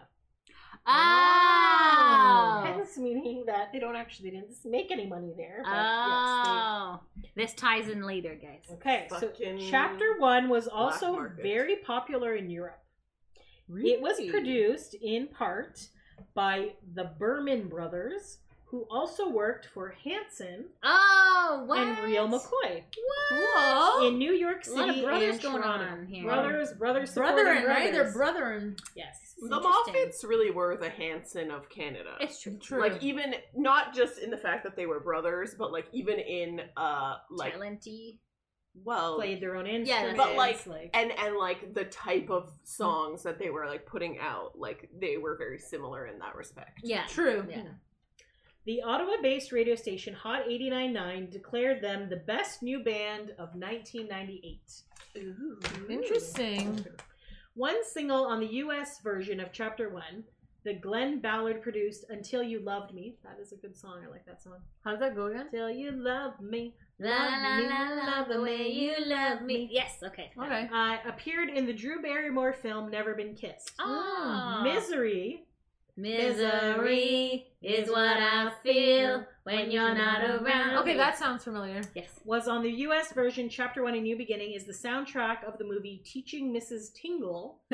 Speaker 4: oh.
Speaker 2: Hence, meaning that they don't actually they didn't make any money there. But yes,
Speaker 4: Oh. This ties in later, guys.
Speaker 2: they, okay.
Speaker 1: Fucking
Speaker 2: so chapter one was
Speaker 1: black
Speaker 2: also
Speaker 1: market.
Speaker 2: very popular in Europe. It was produced in part by the Berman brothers, who also worked for Hanson
Speaker 4: Oh, what?
Speaker 2: and Real McCoy
Speaker 4: What?
Speaker 2: in New York
Speaker 4: A lot
Speaker 2: City
Speaker 4: of brothers
Speaker 2: and
Speaker 4: going
Speaker 2: Toronto.
Speaker 4: on here.
Speaker 2: Brothers, brothers,
Speaker 3: Brethren,
Speaker 2: supporting
Speaker 3: right? They're
Speaker 2: brothers.
Speaker 3: brethren.
Speaker 2: Yes.
Speaker 1: The
Speaker 4: Interesting.
Speaker 1: Moffats really were the Hanson of Canada.
Speaker 4: It's true.
Speaker 3: True.
Speaker 1: Like even not just in the fact that they were brothers, but like even in uh like
Speaker 4: Talenty.
Speaker 1: well
Speaker 2: Played their own instruments.
Speaker 4: Yeah,
Speaker 1: but like- and and like the type of songs that they were like putting out, like they were very similar in that respect.
Speaker 4: Yeah.
Speaker 3: True.
Speaker 4: Yeah.
Speaker 2: the Ottawa-based radio station Hot 89.9 declared them the best new band of 1998.
Speaker 3: Interesting.
Speaker 2: One single on the US version of Chapter 1, the Glenn Ballard produced Until You Loved Me. That is a good song. I like that song.
Speaker 3: How does that go again?
Speaker 2: Until You Love Me.
Speaker 4: La la la la, the way you love me. Yes, okay.
Speaker 3: Okay.
Speaker 2: Uh, appeared in the Drew Barrymore film Never Been Kissed.
Speaker 4: Oh.
Speaker 2: Mm. Misery.
Speaker 4: Misery is what I feel when you're not around.
Speaker 3: Okay, that sounds familiar.
Speaker 4: Yes.
Speaker 2: was on the US version, Chapter 1 A New Beginning is the soundtrack of the movie Teaching Mrs. Tingle,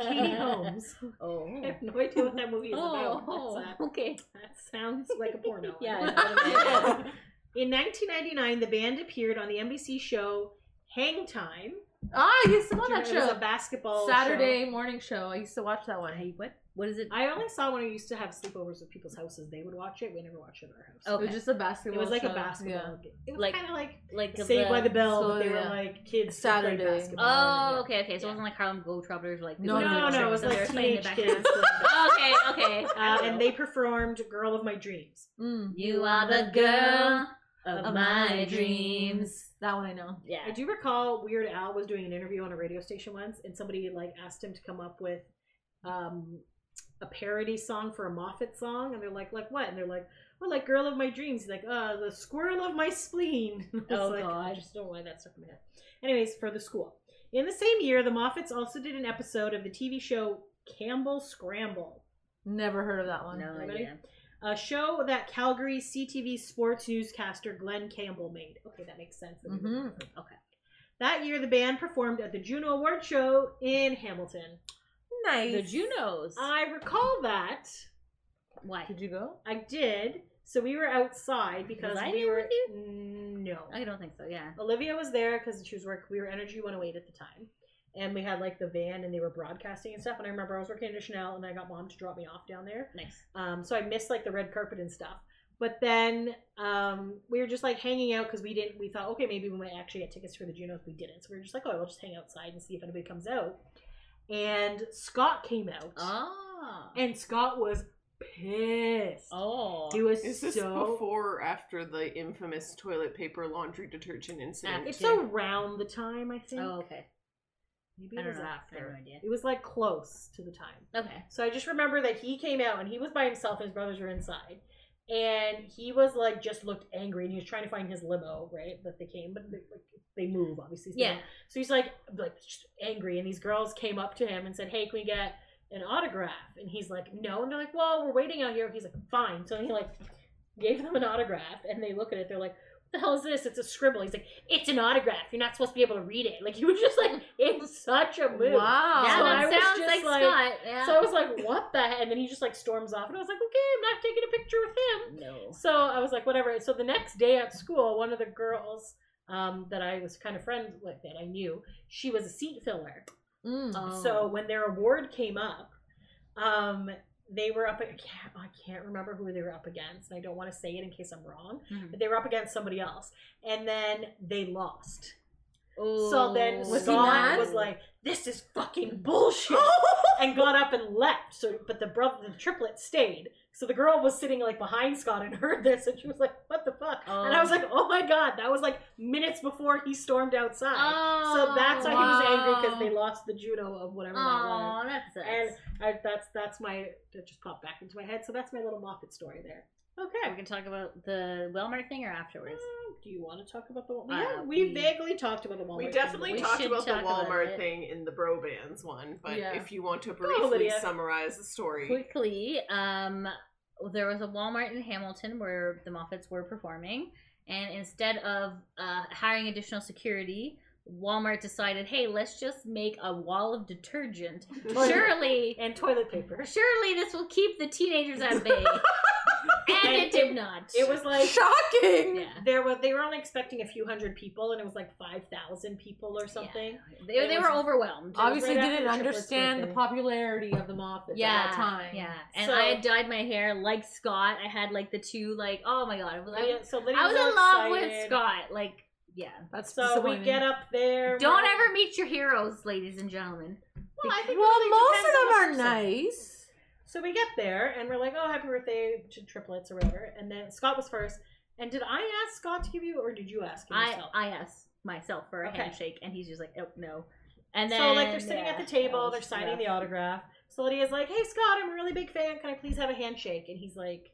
Speaker 2: Katie Holmes.
Speaker 4: Oh.
Speaker 2: I have no idea what that movie is about.
Speaker 4: Oh,
Speaker 2: That's, uh,
Speaker 4: okay.
Speaker 2: that sounds like a porno.
Speaker 4: Yeah,
Speaker 2: In 1999, the band appeared on the NBC show Hang Time.
Speaker 3: Ah, I used
Speaker 4: Oh,
Speaker 3: to watch
Speaker 2: Do
Speaker 3: that
Speaker 2: you remember- It was
Speaker 3: show.
Speaker 2: a basketball show.
Speaker 3: Saturday morning show. I used to watch that one.
Speaker 4: what? What is it?
Speaker 2: I only saw when I used to have sleepovers at people's houses. They would watch it. We never watched it at our house.
Speaker 4: Okay.
Speaker 3: It was just a
Speaker 2: It
Speaker 3: basketball.
Speaker 2: was like a
Speaker 3: show.
Speaker 2: basketball
Speaker 3: Yeah.
Speaker 2: game. It was
Speaker 4: Like-
Speaker 2: kind of like
Speaker 4: like
Speaker 2: Saved by the Bell,
Speaker 3: so,
Speaker 2: but they were
Speaker 3: yeah.
Speaker 2: like kids who played
Speaker 3: Saturday.
Speaker 2: basketball.
Speaker 4: Oh,
Speaker 2: Yeah.
Speaker 4: okay, okay. So it wasn't like Harlem Globetrotters, like
Speaker 3: No,
Speaker 4: they were
Speaker 2: no,
Speaker 4: doing
Speaker 2: no, it
Speaker 4: tricks
Speaker 2: was
Speaker 4: and they
Speaker 2: like
Speaker 4: were playing in
Speaker 2: teenage kids.
Speaker 4: okay, okay.
Speaker 2: Uh, and they performed "Girl of My Dreams."
Speaker 3: Mm.
Speaker 4: You are the girl of my dreams.
Speaker 3: That one I know.
Speaker 4: Yeah.
Speaker 2: I do recall Weird Al was doing an interview on a radio station once, and somebody like asked him to come up with um, a parody song for a Moffat song, and they're like, "Like what?" And they're like, "Well, like Girl of My Dreams." He's like, "Uh, the squirrel of my spleen." I was
Speaker 4: Oh,
Speaker 2: like, I
Speaker 4: God.
Speaker 2: just don't know why that stuck in my head. Anyways, for the school. In the same year, the Moffats also did an episode of the TV show Campbell Scramble,
Speaker 3: Never heard of that one.
Speaker 4: No
Speaker 2: Everybody?
Speaker 4: idea.
Speaker 2: a show that Calgary CTV sports newscaster Glenn Campbell made. Okay, that makes sense.
Speaker 4: Mm-hmm.
Speaker 3: hmm
Speaker 2: That year, the band performed at the Juno Award Show in Hamilton.
Speaker 3: Nice.
Speaker 4: The Junos.
Speaker 2: I recall that.
Speaker 4: Why?
Speaker 3: Did you go?
Speaker 2: I did. So we were outside because
Speaker 4: Was I
Speaker 2: we
Speaker 4: there
Speaker 2: were.
Speaker 4: with you?
Speaker 2: No.
Speaker 4: I don't think so. Yeah.
Speaker 2: Olivia was there because she was work. We were Energy 108 at the time. And we had like the van and they were broadcasting and stuff. And I remember I was working at a Chanel and I got mom to drop me off down there.
Speaker 4: Nice.
Speaker 2: Um, so I missed like the red carpet and stuff. But then um, we were just like hanging out because we didn't. We thought, okay, maybe we might actually get tickets for the Junos. We didn't, so we were just like, oh, we'll just hang outside and see if anybody comes out. And Scott came out,
Speaker 4: Oh.
Speaker 2: and Scott was pissed.
Speaker 4: Oh.
Speaker 2: He was
Speaker 1: Is this
Speaker 2: so.
Speaker 1: before or after the infamous toilet paper laundry detergent incident?
Speaker 4: After.
Speaker 2: It's around the time I think.
Speaker 4: Oh, okay. Oh,
Speaker 2: Maybe
Speaker 4: I
Speaker 2: it
Speaker 4: don't
Speaker 2: was
Speaker 4: know. I have no
Speaker 2: after.
Speaker 4: idea.
Speaker 2: It was like close to the time.
Speaker 4: Okay.
Speaker 2: So I just remember that he came out and he was by himself. His brothers were inside, and he was like just looked angry and he was trying to find his limo, right? That they came, but they, like, they move obviously. so they
Speaker 4: Yeah.
Speaker 2: don't- So he's like like just angry, and these girls came up to him and said, "Hey, can we get an autograph?" And he's like, "No," and they're like, "Well, we're waiting out here." He's like, "Fine." So he like gave them an autograph, and they look at it. They're like. What the hell is this? It's a scribble. He's like, it's an autograph. You're not supposed to be able to read it. Like he was just like in such a mood.
Speaker 3: Wow.
Speaker 4: Yeah,
Speaker 2: Ah. So I
Speaker 4: that
Speaker 2: was
Speaker 4: sounds
Speaker 2: just
Speaker 4: like,
Speaker 2: like-
Speaker 4: Scott. Yeah.
Speaker 2: So I was like, what the heck? And then he just like storms off, and I was like, okay, I'm not taking a picture with him.
Speaker 4: no.
Speaker 2: So I was like, whatever. So the next day at school, one of the girls um, that I was kind of friends with that I knew, she was a seat filler.
Speaker 3: Mm.
Speaker 4: Oh.
Speaker 2: So when their award came up, um, they were up. I can't, I can't remember who they were up against, and I don't want to say it in case I'm wrong.
Speaker 4: Mhm.
Speaker 2: But they were up against somebody else, and then they lost.
Speaker 4: Oh.
Speaker 2: So then
Speaker 3: Was he
Speaker 2: Scott
Speaker 3: mad?
Speaker 2: was like, "This is fucking bullshit," and got up and left. So, but the brother, the triplet stayed. So the girl was sitting like behind Scott and heard this, and she was like, "What the fuck?" And I was like, "Oh my god!" That was like minutes before he stormed outside.
Speaker 4: Oh,
Speaker 2: so that's why he was angry because
Speaker 4: wow.
Speaker 2: they lost the judo of whatever that was.
Speaker 4: Oh, that Oh. sucks.
Speaker 2: And I, that's that's my that just popped back into my head. So that's my little Moffat story there.
Speaker 4: okay, we can talk about the Wellmar thing or afterwards.
Speaker 2: Mm, Do you want to talk about the?
Speaker 4: Uh,
Speaker 2: yeah, we,
Speaker 4: we-
Speaker 2: vaguely talked about the Walmart.
Speaker 1: We
Speaker 2: thing,
Speaker 1: definitely
Speaker 4: We
Speaker 2: didn't
Speaker 1: talked
Speaker 4: should
Speaker 1: about the
Speaker 4: talk about
Speaker 1: Walmart
Speaker 4: it.
Speaker 1: thing in the bro bands one, but
Speaker 3: Yeah.
Speaker 1: if you want to briefly
Speaker 2: Lydia.
Speaker 1: summarize the story,
Speaker 4: Quickly, um, there was a Walmart in Hamilton where the Moffats were performing, and instead of uh, hiring additional security, Walmart decided, hey, let's just make a wall of detergent. Surely,
Speaker 2: and toilet paper.
Speaker 4: surely this will keep the teenagers at bay. and it did not.
Speaker 2: It was like
Speaker 3: shocking.
Speaker 4: Yeah.
Speaker 2: there were they were only expecting a few hundred people, and it was like five thousand people or something.
Speaker 4: They, they
Speaker 2: was-
Speaker 4: were overwhelmed.
Speaker 2: was
Speaker 3: Obviously,
Speaker 2: right after
Speaker 3: didn't
Speaker 2: the triplets
Speaker 3: understand the
Speaker 2: birthday.
Speaker 3: popularity of the Moffat
Speaker 4: yeah,
Speaker 3: at that time.
Speaker 4: Yeah, and
Speaker 2: So-
Speaker 4: I had dyed my hair like Scott. I had like the two like oh my god, I was, I
Speaker 2: Yeah, so Lydia
Speaker 4: was in
Speaker 2: all
Speaker 4: love with
Speaker 2: excited.
Speaker 4: Scott. Like yeah,
Speaker 3: That's
Speaker 2: So we get up there.
Speaker 4: don't
Speaker 2: we're-
Speaker 4: ever meet your heroes, ladies and gentlemen.
Speaker 2: Well, I think it
Speaker 3: Well,
Speaker 2: really
Speaker 3: most of
Speaker 2: depends
Speaker 3: them
Speaker 2: on
Speaker 3: are
Speaker 2: the person.
Speaker 3: nice.
Speaker 2: So we get there and we're like, oh, happy birthday to triplets or whatever. And then Scott was first. And did I ask Scott to give you, or did you ask him
Speaker 4: I
Speaker 2: yourself?
Speaker 4: I asked myself for a
Speaker 2: Okay.
Speaker 4: handshake, and he's just like oh no, and then
Speaker 2: so like they're sitting
Speaker 4: yeah,
Speaker 2: at the table,
Speaker 4: that
Speaker 2: they're
Speaker 4: was
Speaker 2: signing
Speaker 4: rough.
Speaker 2: the autograph. So Lydia's like, "Hey Scott, I'm a really big fan. Can I please have a handshake?" And he's like,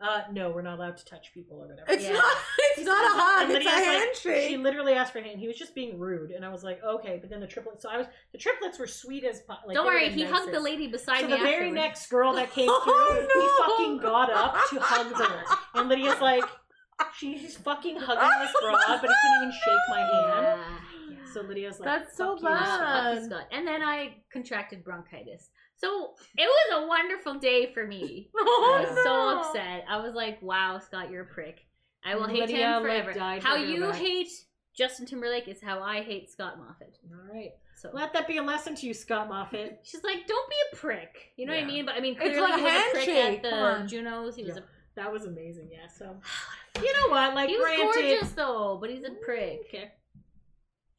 Speaker 2: "Uh, no, we're not allowed to touch people or whatever."
Speaker 3: It's
Speaker 4: Yeah.
Speaker 3: not. It's
Speaker 2: He's
Speaker 3: not a
Speaker 2: like-
Speaker 3: hug.
Speaker 2: and
Speaker 3: It's a
Speaker 2: Lydia's like- She
Speaker 3: handshake.
Speaker 2: literally asked for a hand. He was just being rude, and I was like, "Okay." But then the triplets. So I was the triplets were sweet as. po- Like,
Speaker 4: Don't
Speaker 2: they were
Speaker 4: worry,
Speaker 2: the
Speaker 4: he hugged the
Speaker 2: nicest.
Speaker 4: lady beside
Speaker 2: so
Speaker 4: me.
Speaker 2: the very
Speaker 4: afterwards.
Speaker 2: next girl that came through,
Speaker 3: Oh,
Speaker 2: he
Speaker 3: no.
Speaker 2: fucking got up to hug her, and Lydia's like, she's fucking hugging this broad, but he couldn't even shake my hand.
Speaker 4: Yeah, yeah.
Speaker 2: So Lydia's like,
Speaker 3: That's so
Speaker 2: "Fuck you, Scott."
Speaker 3: bad.
Speaker 4: Fuck you, Scott. And then I contracted bronchitis. So it was a wonderful day for me. I was so upset. I was like, wow, Scott, you're a prick. I will hate
Speaker 2: Lydia,
Speaker 4: him
Speaker 2: like,
Speaker 4: forever.
Speaker 2: died
Speaker 4: how
Speaker 2: for her
Speaker 4: you
Speaker 2: back.
Speaker 4: hate Justin Timberlake is how I hate Scott Moffat.
Speaker 2: All right.
Speaker 4: So
Speaker 2: Let that be a lesson to you, Scott Moffat.
Speaker 4: she's like, don't be a prick. You know
Speaker 2: Yeah.
Speaker 4: what I mean? But I mean,
Speaker 3: It's like
Speaker 4: clearly he was a prick
Speaker 3: handshake,
Speaker 4: at
Speaker 3: come
Speaker 4: the
Speaker 3: on.
Speaker 4: Junos. He was
Speaker 2: Yeah. That was amazing, yeah. So you know what?
Speaker 4: a
Speaker 2: Like
Speaker 4: he was
Speaker 2: granted,
Speaker 4: gorgeous though, but he's a prick.
Speaker 2: Okay.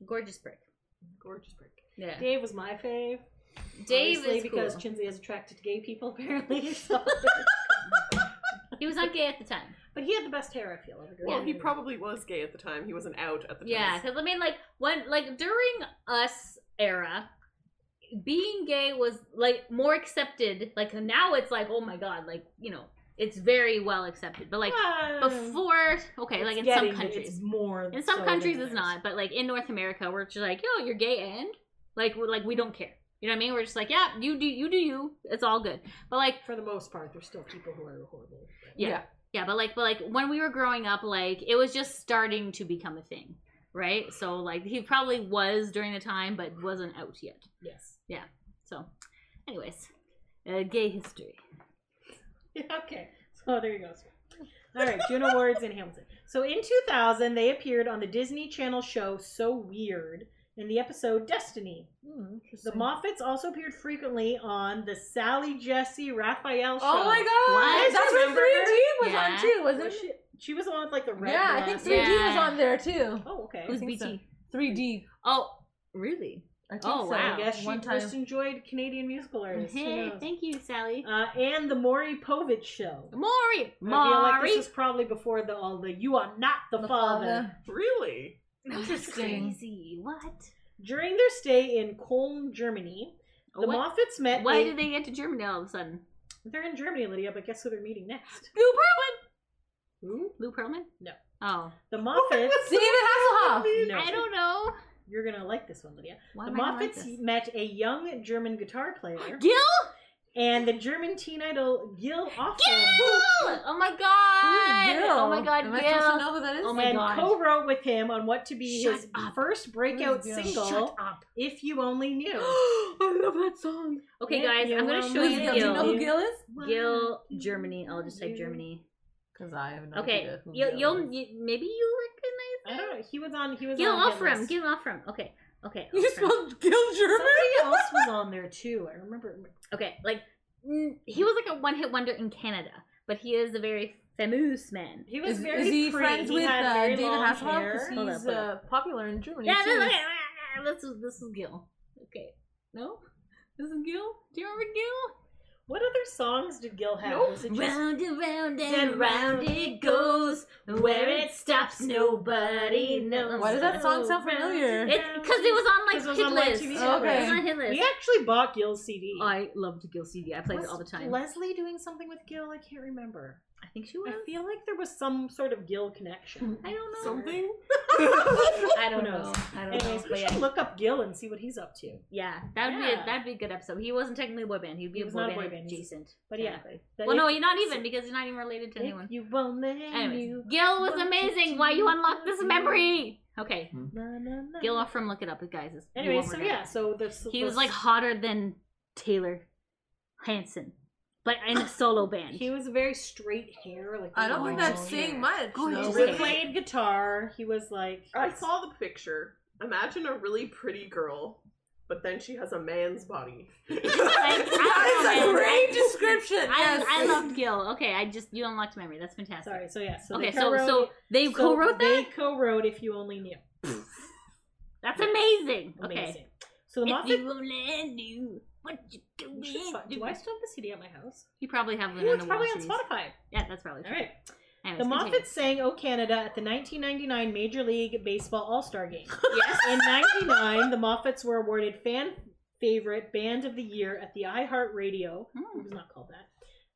Speaker 4: Gorgeous prick.
Speaker 1: gorgeous break.
Speaker 4: Yeah.
Speaker 2: Dave was my fave.
Speaker 4: Dave
Speaker 2: obviously,
Speaker 4: is
Speaker 2: because
Speaker 4: cool.
Speaker 2: Chinsey is attracted to gay people apparently. so-
Speaker 4: he was not gay at the time.
Speaker 2: but he had the best hair, I feel. I've ever
Speaker 1: Well,
Speaker 2: seen.
Speaker 1: he probably was gay at the time. He wasn't out at the time.
Speaker 4: Yeah, because I mean, like when like during us era, being gay was like more accepted. Like now, it's like oh my god, like you know, it's very well accepted. But like
Speaker 2: Ah,
Speaker 4: before, okay,
Speaker 2: it's
Speaker 4: like in
Speaker 2: getting-
Speaker 4: some countries,
Speaker 2: it's more.
Speaker 4: in some
Speaker 2: so
Speaker 4: countries
Speaker 2: than
Speaker 4: it's
Speaker 2: others.
Speaker 4: not. But like in North America, we're just like yo, you're gay and like we're, like we don't care. You know what I mean? We're just like yeah, you do you do you. It's all good. But like
Speaker 2: For the most part, there's still people who are horrible.
Speaker 4: yeah. yeah. but like but like when we were growing up, like it was just starting to become a thing, right? So like he probably was during the time but wasn't out yet.
Speaker 2: Yes.
Speaker 4: So anyways, uh, gay history.
Speaker 2: okay. So there you go. All right, Juno Awards in Hamilton. So in 2000, they appeared on the Disney Channel show So Weird in the episode Destiny. The Moffats also appeared frequently on the Sally Jesse Raphael show.
Speaker 3: Oh my god!
Speaker 4: What?
Speaker 3: That's
Speaker 2: Remember
Speaker 3: what 3G was
Speaker 4: Yeah.
Speaker 3: on too, wasn't
Speaker 2: Was
Speaker 3: it?
Speaker 2: she, she was the one with like the red.
Speaker 3: Yeah, I think
Speaker 2: glasses.
Speaker 3: 3D was
Speaker 4: Yeah.
Speaker 3: on there too.
Speaker 2: Oh, okay.
Speaker 4: Who's
Speaker 3: think
Speaker 4: BT?
Speaker 3: so. 3D.
Speaker 4: Oh, really?
Speaker 3: I think
Speaker 4: Oh,
Speaker 3: so.
Speaker 4: wow.
Speaker 2: I guess she
Speaker 3: One
Speaker 2: just
Speaker 3: time.
Speaker 2: enjoyed Canadian musical artists. Who
Speaker 4: Hey,
Speaker 2: knows?
Speaker 4: thank you, Sally.
Speaker 2: Uh, and the Maury Povich show.
Speaker 4: Maury,
Speaker 2: I feel like
Speaker 4: Maury.
Speaker 2: this was probably before the all the "You are not the,
Speaker 3: The
Speaker 2: father."
Speaker 3: father.
Speaker 1: Really?
Speaker 4: That was
Speaker 3: Interesting.
Speaker 4: crazy. What?
Speaker 2: During their stay in Köln, Germany, the
Speaker 4: What-
Speaker 2: Moffats met.
Speaker 4: Why
Speaker 2: a-
Speaker 4: did they get to Germany all of a sudden?
Speaker 2: They're in Germany, Lydia, but guess who they're meeting next?
Speaker 4: Lou Pearlman.
Speaker 1: Who?
Speaker 4: Lou Pearlman?
Speaker 2: No.
Speaker 4: Oh,
Speaker 2: The Moffats.
Speaker 3: David Hasselhoff.
Speaker 2: No.
Speaker 4: I don't know.
Speaker 2: You're gonna like this one, Lydia.
Speaker 4: Why
Speaker 2: the
Speaker 4: am I gonna like
Speaker 2: Moffats
Speaker 4: this?
Speaker 2: met a young German guitar player
Speaker 4: Gil.
Speaker 2: and the German teen idol Gil Offen.
Speaker 4: Gil! Oh my god! Oh my god,
Speaker 3: Am I supposed to
Speaker 4: Gil!
Speaker 3: know who that is?
Speaker 4: Oh my
Speaker 2: and
Speaker 4: God.
Speaker 2: co-wrote with him on what to be
Speaker 4: Shut
Speaker 2: his
Speaker 4: up.
Speaker 2: first breakout
Speaker 3: Gil?
Speaker 2: single,
Speaker 4: Shut up.
Speaker 2: "If You Only Knew."
Speaker 3: I love that song.
Speaker 4: Okay,
Speaker 2: Yeah,
Speaker 4: guys,
Speaker 2: you
Speaker 4: I'm gonna
Speaker 2: will
Speaker 4: show
Speaker 2: know
Speaker 3: Who's
Speaker 4: you
Speaker 3: Gil? Do you know
Speaker 4: Gil.
Speaker 3: who Gil is?
Speaker 4: Gil, Germany. I'll just type Germany.
Speaker 3: Because I have no
Speaker 4: Okay,
Speaker 3: idea. who
Speaker 4: you'll,
Speaker 3: Gil
Speaker 4: you'll
Speaker 3: is.
Speaker 4: you, maybe you
Speaker 2: I don't know. He was on. He
Speaker 4: recognize
Speaker 2: was
Speaker 4: Gil
Speaker 2: on. Gil
Speaker 4: Offram.
Speaker 2: List.
Speaker 4: Gil Offram. Okay, okay.
Speaker 3: You
Speaker 4: Offram.
Speaker 3: spelled Gil German?
Speaker 2: Somebody else was on there too. I remember.
Speaker 4: Okay, like mm, he was like a one-hit wonder in Canada, but he is a very famous man.
Speaker 2: He was
Speaker 3: is,
Speaker 2: very
Speaker 3: is he
Speaker 2: pretty.
Speaker 3: friends with
Speaker 2: had
Speaker 3: uh,
Speaker 2: very
Speaker 3: David
Speaker 2: long
Speaker 3: Hasselhoff?
Speaker 2: hair.
Speaker 3: 'Cause
Speaker 4: Hold
Speaker 3: he's
Speaker 4: up, hold
Speaker 3: uh, popular in Germany.
Speaker 4: Yeah,
Speaker 3: too.
Speaker 4: this, okay, Ah, this is this is Gil. Okay, no, this is Gil. Do you remember Gil?
Speaker 2: What other songs did Gil have?
Speaker 1: Nope.
Speaker 2: Was it just-
Speaker 4: Round and round
Speaker 2: and
Speaker 4: and
Speaker 2: round
Speaker 4: round it goes. Where it stops, nobody knows.
Speaker 3: Why does that song sound familiar?
Speaker 4: Because it, 'cause it was on like
Speaker 2: 'Cause it was
Speaker 4: hit
Speaker 2: on, like,
Speaker 4: list.
Speaker 2: TV
Speaker 3: Okay.
Speaker 4: It was on hit list. Oh,
Speaker 2: We actually bought Gil's CD.
Speaker 4: I loved Gil CD. I played
Speaker 2: Was
Speaker 4: it all the time.
Speaker 2: Leslie doing something with Gil? I can't remember.
Speaker 4: I think she was.
Speaker 2: I feel like there was some sort of Gil connection.
Speaker 4: I don't know.
Speaker 1: Something?
Speaker 4: I don't
Speaker 2: Who
Speaker 4: know.
Speaker 2: knows?
Speaker 4: I don't know.
Speaker 2: Anyways, we
Speaker 4: But
Speaker 2: should
Speaker 4: yeah,
Speaker 2: look up Gil and see what he's up to.
Speaker 4: yeah, that'd be
Speaker 2: Yeah.
Speaker 4: a, that'd be a good episode. He wasn't technically a boy band. He'd be
Speaker 2: He
Speaker 4: a
Speaker 2: was
Speaker 4: boy
Speaker 2: not a
Speaker 4: band,
Speaker 2: boy band. He's-
Speaker 4: adjacent.
Speaker 2: but yeah.
Speaker 4: technically.
Speaker 2: But
Speaker 4: Well,
Speaker 2: if-
Speaker 4: no, you're not even because you're not even related to
Speaker 2: if
Speaker 4: anyone.
Speaker 2: you only
Speaker 4: Anyways,
Speaker 2: knew.
Speaker 4: Gil was
Speaker 2: what
Speaker 4: amazing.
Speaker 2: you
Speaker 4: Why you unlocked this
Speaker 2: do.
Speaker 4: memory? Okay,
Speaker 2: Na, na, na.
Speaker 4: Gil off from Look It Up, guys. It's- you
Speaker 2: Anyway,
Speaker 4: won't
Speaker 2: so
Speaker 4: regret it.
Speaker 2: yeah, so this
Speaker 4: He
Speaker 2: this-
Speaker 4: was like hotter than Taylor Hanson, but in a solo band.
Speaker 2: he was very straight hair. Like
Speaker 3: I don't
Speaker 4: Oh,
Speaker 3: think
Speaker 2: long
Speaker 3: that's
Speaker 2: hair.
Speaker 3: saying much.
Speaker 4: Gorgeous
Speaker 3: though.
Speaker 4: hair.
Speaker 2: He played guitar. He was like
Speaker 1: I saw the picture. Imagine a really pretty girl, but then she has a man's body.
Speaker 4: I
Speaker 3: That is
Speaker 4: don't
Speaker 3: a
Speaker 4: know.
Speaker 3: great description.
Speaker 4: I,
Speaker 3: yes.
Speaker 4: I loved Gil. Okay, I just you unlocked memory. That's fantastic.
Speaker 2: Sorry. So yeah. So
Speaker 4: okay,
Speaker 2: they
Speaker 4: so
Speaker 2: co-wrote-
Speaker 4: so they
Speaker 2: so
Speaker 4: co-wrote
Speaker 2: They
Speaker 4: that.
Speaker 2: co-wrote "If You Only Knew."
Speaker 4: That's amazing. Okay.
Speaker 2: Amazing. So the
Speaker 4: If
Speaker 2: Moffat.
Speaker 4: you only knew what you
Speaker 2: We should fi-
Speaker 4: could
Speaker 2: Do I
Speaker 4: do.
Speaker 2: still have the CD at my house?
Speaker 4: You probably have them
Speaker 2: Oh,
Speaker 4: in
Speaker 2: it's
Speaker 4: the
Speaker 2: probably
Speaker 4: wall
Speaker 2: on
Speaker 4: CDs.
Speaker 2: Spotify.
Speaker 4: Yeah, that's probably
Speaker 2: All right.
Speaker 4: Anyways,
Speaker 2: The
Speaker 4: continue.
Speaker 2: Moffats sang "O Canada" at the 1999 Major League Baseball All Star Game.
Speaker 4: Yes.
Speaker 2: In '99, the Moffats were awarded fan favorite band of the year at the iHeartRadio. It
Speaker 4: Mm.
Speaker 2: was not called that.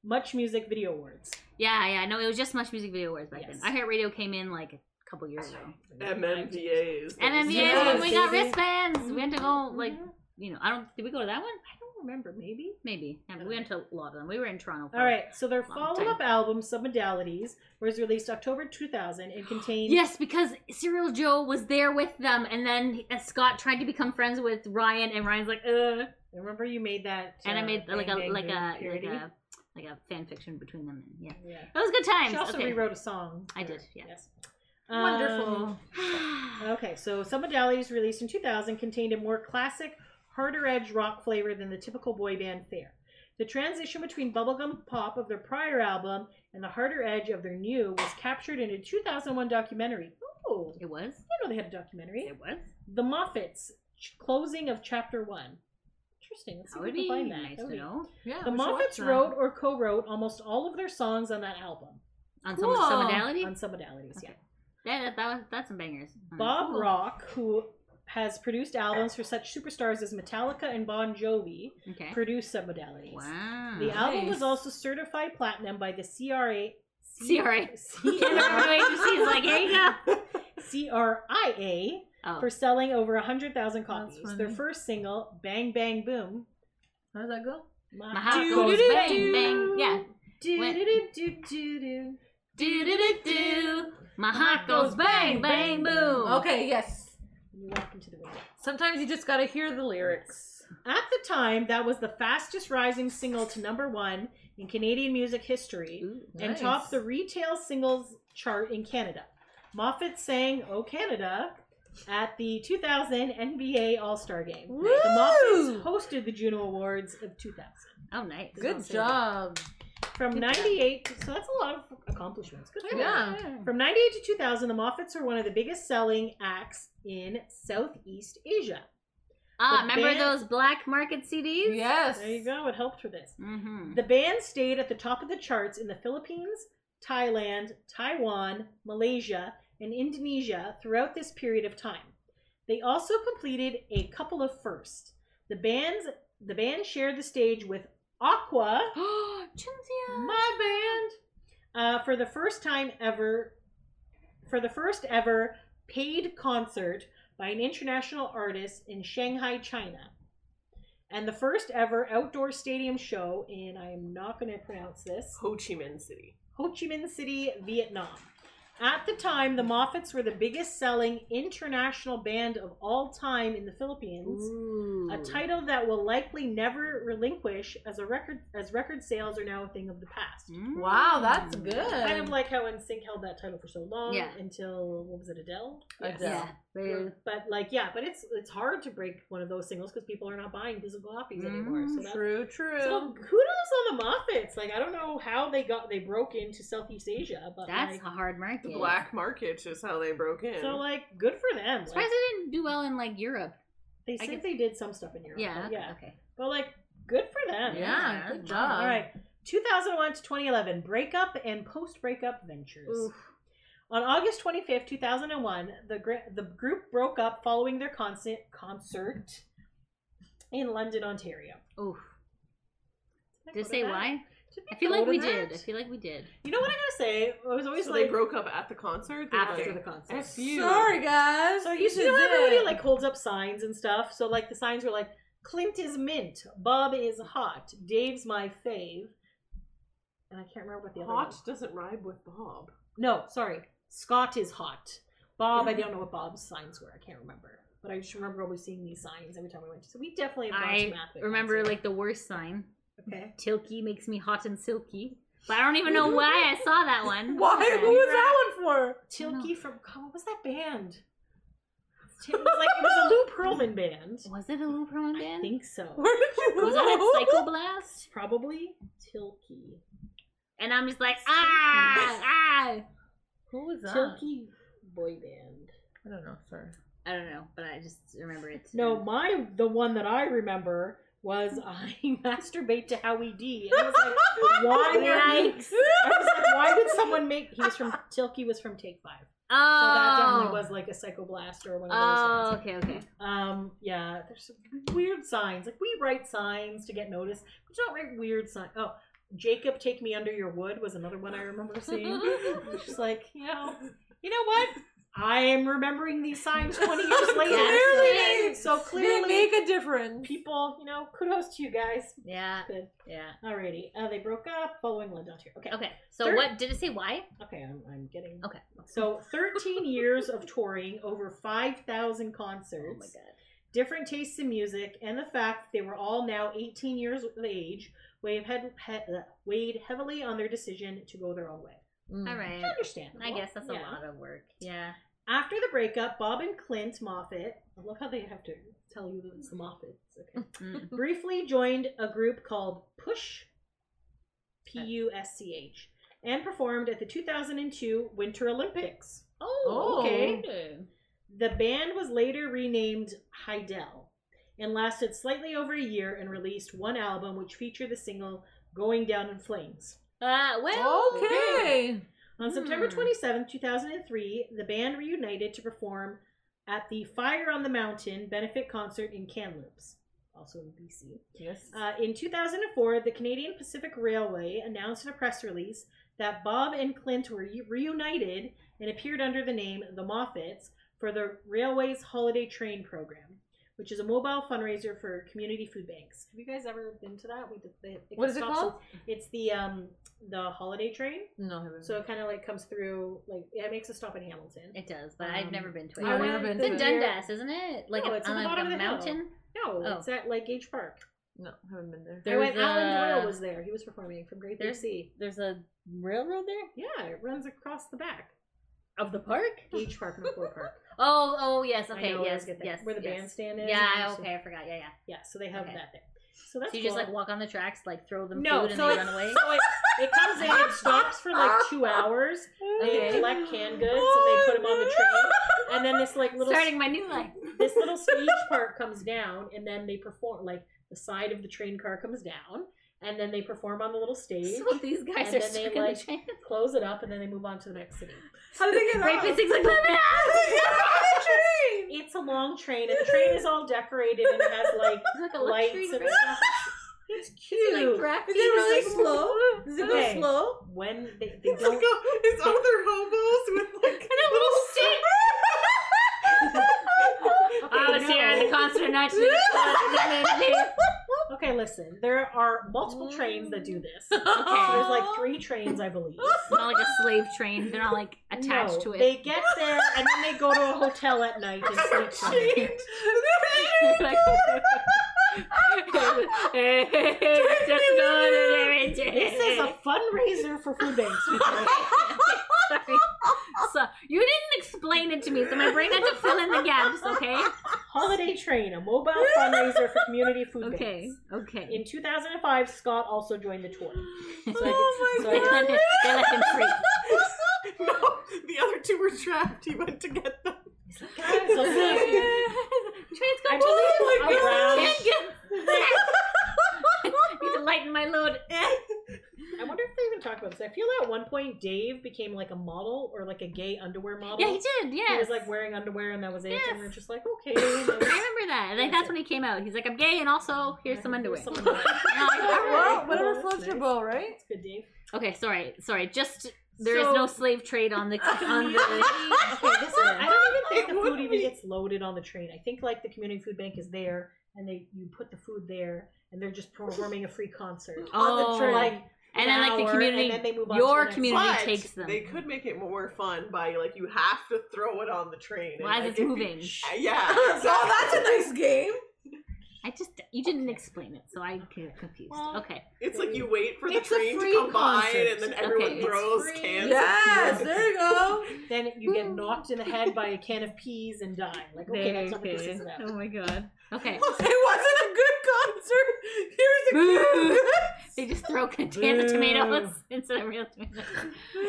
Speaker 2: Much Music Video Awards.
Speaker 4: Yeah, yeah. No, it was just Much Music Video Awards back
Speaker 2: Yes.
Speaker 4: then. I Heart Radio came in like a couple years ago.
Speaker 1: MMVAs.
Speaker 4: MMVA
Speaker 3: Yes,
Speaker 4: when we got
Speaker 2: baby.
Speaker 4: wristbands. We had to go like
Speaker 2: Mhm.
Speaker 4: you know. I don't. Did we go to that one?
Speaker 2: I don't remember. Maybe.
Speaker 4: Maybe. Yeah, we went to a lot of them. We were in Toronto. for-
Speaker 2: All right, so their
Speaker 4: Oh, Long time.
Speaker 2: follow-up album Submodalities was released October 2000 and contained
Speaker 4: Yes, because Serial Joe was there with them, and then uh, Scott tried to become friends with Ryan, and Ryan's like, uh.
Speaker 2: Remember you made that
Speaker 4: And I
Speaker 2: uh,
Speaker 4: made like a
Speaker 2: Bang Bang
Speaker 4: like
Speaker 2: Boom
Speaker 4: a like
Speaker 2: parody?
Speaker 4: a like a fan fiction between them. And, yeah,
Speaker 2: yeah.
Speaker 4: that was good times.
Speaker 2: She also
Speaker 4: okay.
Speaker 2: rewrote a song.
Speaker 4: I
Speaker 2: for-
Speaker 4: did, yeah.
Speaker 2: Yes.
Speaker 3: Wonderful.
Speaker 2: Um, okay, so Submodalities released in 2000 contained a more classic, harder edge rock flavor than the typical boy band fare. The transition between bubblegum pop of their prior album and the harder edge of their new was captured in a 2001 documentary. Oh,
Speaker 4: it was.
Speaker 2: I didn't know they had a documentary.
Speaker 4: It was.
Speaker 2: The Moffats, ch- closing of chapter one. Interesting. Let's see
Speaker 4: That
Speaker 2: if we
Speaker 4: would
Speaker 2: can
Speaker 4: be
Speaker 2: find that.
Speaker 4: nice
Speaker 2: That would
Speaker 4: to
Speaker 2: be-
Speaker 4: know.
Speaker 3: Yeah,
Speaker 2: The
Speaker 3: we should watch
Speaker 2: Moffats
Speaker 3: that.
Speaker 2: wrote or co-wrote almost all of their songs on that album
Speaker 4: On some
Speaker 3: Cool.
Speaker 4: some modality.
Speaker 2: on some modalities. Yeah.
Speaker 4: Okay. Yeah, that, that was that's some bangers. Mm.
Speaker 2: Bob
Speaker 4: Cool.
Speaker 2: Rock, who has produced albums for such superstars as Metallica and Bon Jovi,
Speaker 4: Okay.
Speaker 2: produced some modalities.
Speaker 4: Wow.
Speaker 2: The album was
Speaker 3: Nice.
Speaker 2: also certified platinum by the CRA.
Speaker 4: CRA. And
Speaker 2: CRA
Speaker 4: everybody just sees like, here you go.
Speaker 2: CRIA
Speaker 4: Oh.
Speaker 2: for selling over 100,000 copies. Their
Speaker 3: funny.
Speaker 2: first single, Bang Bang Boom.
Speaker 3: How does that go?
Speaker 4: My heart goes bang, bang. Yeah. When- Do do do do. My heart goes bang bang boom.
Speaker 3: Okay, yes.
Speaker 2: You walk into the room.
Speaker 3: Sometimes you just gotta hear the lyrics.
Speaker 2: At the time, that was the fastest rising single to number one in Canadian music history
Speaker 4: Ooh.
Speaker 2: and
Speaker 3: Nice.
Speaker 2: topped the retail singles chart in Canada. Moffat sang O Canada at the 2000 NBA All Star Game. The
Speaker 3: Woo!
Speaker 2: Moffats hosted the Juno Awards of 2000.
Speaker 4: Oh nice.
Speaker 3: Good job.
Speaker 2: From
Speaker 4: Good job.
Speaker 2: 98, so that's a lot of accomplishments. Good for them.
Speaker 3: Yeah.
Speaker 2: From 98 to 2000, the Moffats were one of the biggest selling acts in Southeast Asia.
Speaker 4: Ah,
Speaker 2: The
Speaker 4: remember
Speaker 2: band-
Speaker 4: those black market CDs?
Speaker 3: Yes.
Speaker 2: There you go, it helped for this.
Speaker 4: Mm-hmm.
Speaker 2: The band stayed at the top of the charts in the Philippines, Thailand, Taiwan, Malaysia, and Indonesia throughout this period of time. They also completed a couple of firsts. The band's the band shared the stage with Aqua,
Speaker 4: Chinzia.
Speaker 2: my band, uh, for the first time ever, for the first ever paid concert by an international artist in Shanghai, China, and the first ever outdoor stadium show in I am not going to pronounce this.
Speaker 1: Ho Chi Minh City.
Speaker 2: Ho Chi Minh City, Vietnam. At the time, the Moffats were the biggest selling international band of all time in the Philippines, a title that will likely never relinquish as a record as record sales are now a thing of the past.
Speaker 4: Mm.
Speaker 3: Wow, Oh, that's good.
Speaker 2: Kind of like how NSYNC held that title for so long
Speaker 4: Yeah.
Speaker 2: until what was it, Adele?
Speaker 3: Adele.
Speaker 4: Yeah. they-
Speaker 2: But like yeah, but it's it's hard to break one of those singles because people are not buying physical copies
Speaker 4: Mm,
Speaker 2: anymore. So that's
Speaker 3: True, true.
Speaker 2: so kudos on the Moffats. Like I don't know how they got they broke into Southeast Asia, but
Speaker 4: That's
Speaker 2: like,
Speaker 4: a hard market.
Speaker 1: The black market is how they broke in.
Speaker 2: So like, good for them. Like,
Speaker 4: Surprised they didn't do well in like Europe.
Speaker 2: they
Speaker 4: I
Speaker 2: said
Speaker 4: guess-
Speaker 2: they did some stuff in Europe.
Speaker 4: Yeah.
Speaker 2: but
Speaker 4: Okay.
Speaker 2: yeah.
Speaker 4: okay.
Speaker 2: But like, good for them.
Speaker 3: yeah, good job.
Speaker 4: Um,
Speaker 2: All right. 2001 to 2011 breakup and post breakup ventures. On August 25th, 2001, the gr- the group broke up following their concert concert in London, Ontario.
Speaker 4: Oof.
Speaker 2: I
Speaker 4: Did
Speaker 2: go to
Speaker 4: it say
Speaker 2: that?
Speaker 4: why?
Speaker 2: Did
Speaker 4: I feel
Speaker 2: go
Speaker 4: like
Speaker 2: to
Speaker 4: we
Speaker 2: that?
Speaker 4: did. I feel like we did.
Speaker 2: You know what I gotta say? I was always
Speaker 1: So
Speaker 2: like
Speaker 1: they broke up at the concert. They're
Speaker 2: after
Speaker 1: like,
Speaker 2: the concert.
Speaker 1: F you.
Speaker 3: Sorry, guys.
Speaker 2: So you see
Speaker 3: should
Speaker 2: how
Speaker 3: do
Speaker 2: everybody
Speaker 3: it.
Speaker 2: like holds up signs and stuff. So like the signs were like, Clint is mint, Bob is hot, Dave's my fave, and I can't remember what the other one.
Speaker 1: Hot doesn't rhyme with Bob.
Speaker 2: No, sorry, Scott is hot. Bob, I don't know what Bob's signs were. I can't remember, but I just remember always seeing these signs every time we went. to So we definitely have gone to
Speaker 4: I
Speaker 2: math at
Speaker 4: Remember,
Speaker 2: concert.
Speaker 4: like the worst sign.
Speaker 2: okay,
Speaker 4: Tilky makes me hot and silky. But I don't even know why I saw that one.
Speaker 3: Why? Who was that one for?
Speaker 2: Tilky from God, what was that band? It was like it was a Lou Pearlman band.
Speaker 4: Was it a Lou Pearlman
Speaker 2: I
Speaker 4: band?
Speaker 2: think so.
Speaker 3: Where did you
Speaker 4: was that at Psycho Blast?
Speaker 2: Probably Tilky.
Speaker 4: And I'm just like, ah, ah.
Speaker 3: Who was
Speaker 2: Tilky boy band.
Speaker 3: I don't know, sir.
Speaker 4: I don't know, but I just remember it.
Speaker 2: No, my the one that I remember was I masturbate to Howie D. And I was like, why would I?
Speaker 4: Yikes.
Speaker 2: I was like, why would someone make? He was from Tilky was from Take Five, so that
Speaker 4: Oh.
Speaker 2: definitely was like a Psycho Blast or one of those.
Speaker 4: Oh,
Speaker 2: Songs.
Speaker 4: okay, okay.
Speaker 2: Um, yeah, there's some weird signs. Like we write signs to get noticed, but you don't write weird signs. Oh, Jacob, take me under your wood was another one I remember seeing. It's just like you know, you know what? I am remembering these signs 20 years later.
Speaker 3: Clearly.
Speaker 2: so
Speaker 3: Clearly,
Speaker 2: clearly
Speaker 3: make a difference.
Speaker 2: people, you know, kudos to you guys.
Speaker 4: Yeah,
Speaker 2: Good.
Speaker 4: yeah.
Speaker 2: Alrighty. Uh, they broke up following London here. Okay.
Speaker 4: Okay, so
Speaker 2: Third-
Speaker 4: what did it say? Why?
Speaker 2: Okay, I'm, I'm getting.
Speaker 4: Okay.
Speaker 2: So 13 years of touring, over 5,000
Speaker 4: Oh
Speaker 2: concerts,
Speaker 4: my god.
Speaker 2: different tastes in music, and the fact that they were all now 18 years of age weighed, head, he- uh, weighed heavily on their decision to go their own way.
Speaker 3: Mm.
Speaker 4: All right.
Speaker 2: Understandable.
Speaker 4: I guess that's a
Speaker 2: Yeah.
Speaker 4: lot of work. Yeah.
Speaker 2: After the breakup, Bob and Clint Moffat, I love how they have to tell you that it's the Moffats, okay,
Speaker 4: Mm.
Speaker 2: briefly joined a group called Push, P U S C H, and performed at the 2002 Winter Olympics.
Speaker 3: Oh,
Speaker 2: okay. The band was later renamed Heidel and lasted slightly over a year and released one album which featured the single Going Down in Flames.
Speaker 4: Uh,
Speaker 2: Oh.
Speaker 4: well.
Speaker 3: Okay.
Speaker 2: On September
Speaker 4: Hmm.
Speaker 2: 27, 2003, the band reunited to perform at the Fire on the Mountain benefit concert in Kamloops, also in BC.
Speaker 3: Yes.
Speaker 2: Uh, in 2004, the Canadian Pacific Railway announced in a press release that Bob and Clint were u- reunited and appeared under the name The Moffats for the Railway's Holiday Train Program, which is a mobile fundraiser for community food banks. Have you guys ever been to that? We did the,
Speaker 3: What is it
Speaker 2: stops-
Speaker 3: called?
Speaker 2: It's the um, the Holiday Train.
Speaker 3: No, I haven't.
Speaker 2: So it kind of like comes through, like yeah, it makes a stop in Hamilton.
Speaker 4: It does, but I've
Speaker 3: Um,
Speaker 4: never been to it.
Speaker 3: I went-
Speaker 2: went
Speaker 3: been
Speaker 4: It's in
Speaker 3: to-
Speaker 4: Dundas, isn't it? Like
Speaker 2: No,
Speaker 4: a,
Speaker 2: it's at
Speaker 4: on
Speaker 2: the
Speaker 4: like
Speaker 2: bottom
Speaker 4: a
Speaker 2: of the hill.
Speaker 4: mountain.
Speaker 2: No,
Speaker 4: Oh.
Speaker 2: it's at like Gage Park.
Speaker 3: no, I haven't been there.
Speaker 4: There's
Speaker 2: I went. Alan
Speaker 4: a-
Speaker 2: Doyle was there. He was performing from Great Big
Speaker 4: There's-
Speaker 2: Sea.
Speaker 4: There's a railroad there
Speaker 2: Yeah, it runs across the back.
Speaker 4: of the park.
Speaker 2: Gage Park, not Ford Park.
Speaker 4: Oh, oh yes,
Speaker 2: I
Speaker 4: okay,
Speaker 2: know where
Speaker 4: yes,
Speaker 2: to get that-
Speaker 4: yes,
Speaker 2: Where the
Speaker 4: yes.
Speaker 2: bandstand is. and
Speaker 4: Yeah,
Speaker 2: so-
Speaker 4: okay, I forgot. Yeah, yeah.
Speaker 2: Yeah, so they have
Speaker 4: Okay.
Speaker 2: that there. So that's
Speaker 4: so you just
Speaker 2: cool.
Speaker 4: like walk on the tracks, like throw them
Speaker 2: no,
Speaker 4: food, and
Speaker 2: so
Speaker 4: they
Speaker 2: it,
Speaker 4: run away.
Speaker 2: so it, it comes in, it stops for like two hours, and
Speaker 4: Okay.
Speaker 2: they collect canned goods and they put them on the train, and then this like little
Speaker 4: Starting my new life.
Speaker 2: this little stage part comes down, and then they perform like the side of the train car comes down, and then they perform on the little stage,
Speaker 4: This is what these guys
Speaker 2: And
Speaker 4: are
Speaker 2: then they,
Speaker 4: stuck in the
Speaker 2: like-
Speaker 4: train.
Speaker 2: close it up, and then they move on to the next city.
Speaker 3: How did they get
Speaker 4: Right,
Speaker 3: off?
Speaker 4: Pixie's like, let me out!
Speaker 2: It's a long train, and the train is all decorated and has like
Speaker 4: It's like a
Speaker 2: lights
Speaker 4: luxury
Speaker 2: and
Speaker 4: train.
Speaker 2: stuff. It's
Speaker 4: It's like
Speaker 2: cute.
Speaker 4: graffiti
Speaker 3: Is it really
Speaker 4: on-
Speaker 3: slow? Does it
Speaker 2: Okay.
Speaker 3: go slow?
Speaker 2: when they, they
Speaker 1: It's like
Speaker 2: don't
Speaker 1: a, it's other hobos with like
Speaker 4: And a little stick!
Speaker 2: Oh,
Speaker 4: I was here at the concert in 1985.
Speaker 2: okay listen there are multiple trains that
Speaker 4: Mm.
Speaker 2: do this okay so there's like three trains i believe
Speaker 4: It's not like a slave train. They're not like attached
Speaker 2: No,
Speaker 4: to it.
Speaker 2: they get there and then they go to a hotel at night and sleep on it.
Speaker 1: chained.
Speaker 4: Like- Hey, it's just another day.
Speaker 2: this is a fundraiser for food banks people.
Speaker 4: Sorry. So you didn't explain it to me, so my brain had to fill in the gaps. Okay.
Speaker 2: holiday train a mobile fundraiser for community food
Speaker 4: Okay.
Speaker 2: banks
Speaker 4: Okay.
Speaker 2: in 2005 scott also joined the tour so
Speaker 1: Oh
Speaker 2: I
Speaker 1: my
Speaker 4: They
Speaker 2: did- so
Speaker 4: let him, they
Speaker 2: I did-
Speaker 4: let him free.
Speaker 1: No, the other two were trapped. He went to get them.
Speaker 2: God, so look,
Speaker 4: Train's
Speaker 2: I
Speaker 4: going
Speaker 2: believe
Speaker 4: I
Speaker 2: around-
Speaker 4: can't get. Oh, Need to lighten my load.
Speaker 2: I wonder if they even talk about this. I feel at one point Dave became like a model or like a gay underwear model.
Speaker 4: Yeah, he did. Yes.
Speaker 2: He was like wearing underwear and that was it.
Speaker 4: Yes.
Speaker 2: And we're just like, okay. you know,
Speaker 4: I remember that. And like, that's when he came out. He's like, I'm gay, and also here's some underwear.
Speaker 2: Here's some underwear.
Speaker 4: And I'm like, "All right."
Speaker 3: Well, whatever floats your boat, right?
Speaker 2: It's good, Dave.
Speaker 4: Okay, sorry, sorry. Just there is
Speaker 2: So-
Speaker 4: no slave trade on the on the.
Speaker 2: Okay, this is, I don't even
Speaker 1: It
Speaker 2: think the food
Speaker 1: wouldn't
Speaker 2: even
Speaker 1: be-
Speaker 2: gets loaded on the train. I think like the community food bank is there and they you put the food there and they're just performing a free concert.
Speaker 4: Oh,
Speaker 2: For, like
Speaker 4: and then
Speaker 2: an
Speaker 4: like the
Speaker 2: hour,
Speaker 4: community,
Speaker 2: and then they move on
Speaker 4: your
Speaker 2: to the next
Speaker 4: community
Speaker 1: But
Speaker 4: takes them.
Speaker 1: They could make it more fun by like you have to throw it on the train. and,
Speaker 4: Why is
Speaker 1: like,
Speaker 4: it's
Speaker 1: if you-
Speaker 4: moving?
Speaker 1: Yeah.
Speaker 3: Oh, that's a nice game.
Speaker 4: I just you didn't explain it, so I get confused.
Speaker 2: Well,
Speaker 4: okay,
Speaker 1: It's like you wait for the
Speaker 4: It's a
Speaker 1: train to
Speaker 4: free
Speaker 1: come by,
Speaker 4: concert.
Speaker 1: and then everyone
Speaker 4: Okay. It's
Speaker 1: throws
Speaker 2: free.
Speaker 1: cans.
Speaker 3: Yes,
Speaker 1: Of
Speaker 3: there you go.
Speaker 2: Then you get knocked in the head by a can of peas and die. Like, okay, that's not what this is about.
Speaker 4: oh my god. Okay,
Speaker 3: It wasn't a good concert. Here's a
Speaker 4: Boo.
Speaker 3: cute.
Speaker 4: they just throw cans of
Speaker 2: Boo.
Speaker 4: tomatoes instead of real tomatoes.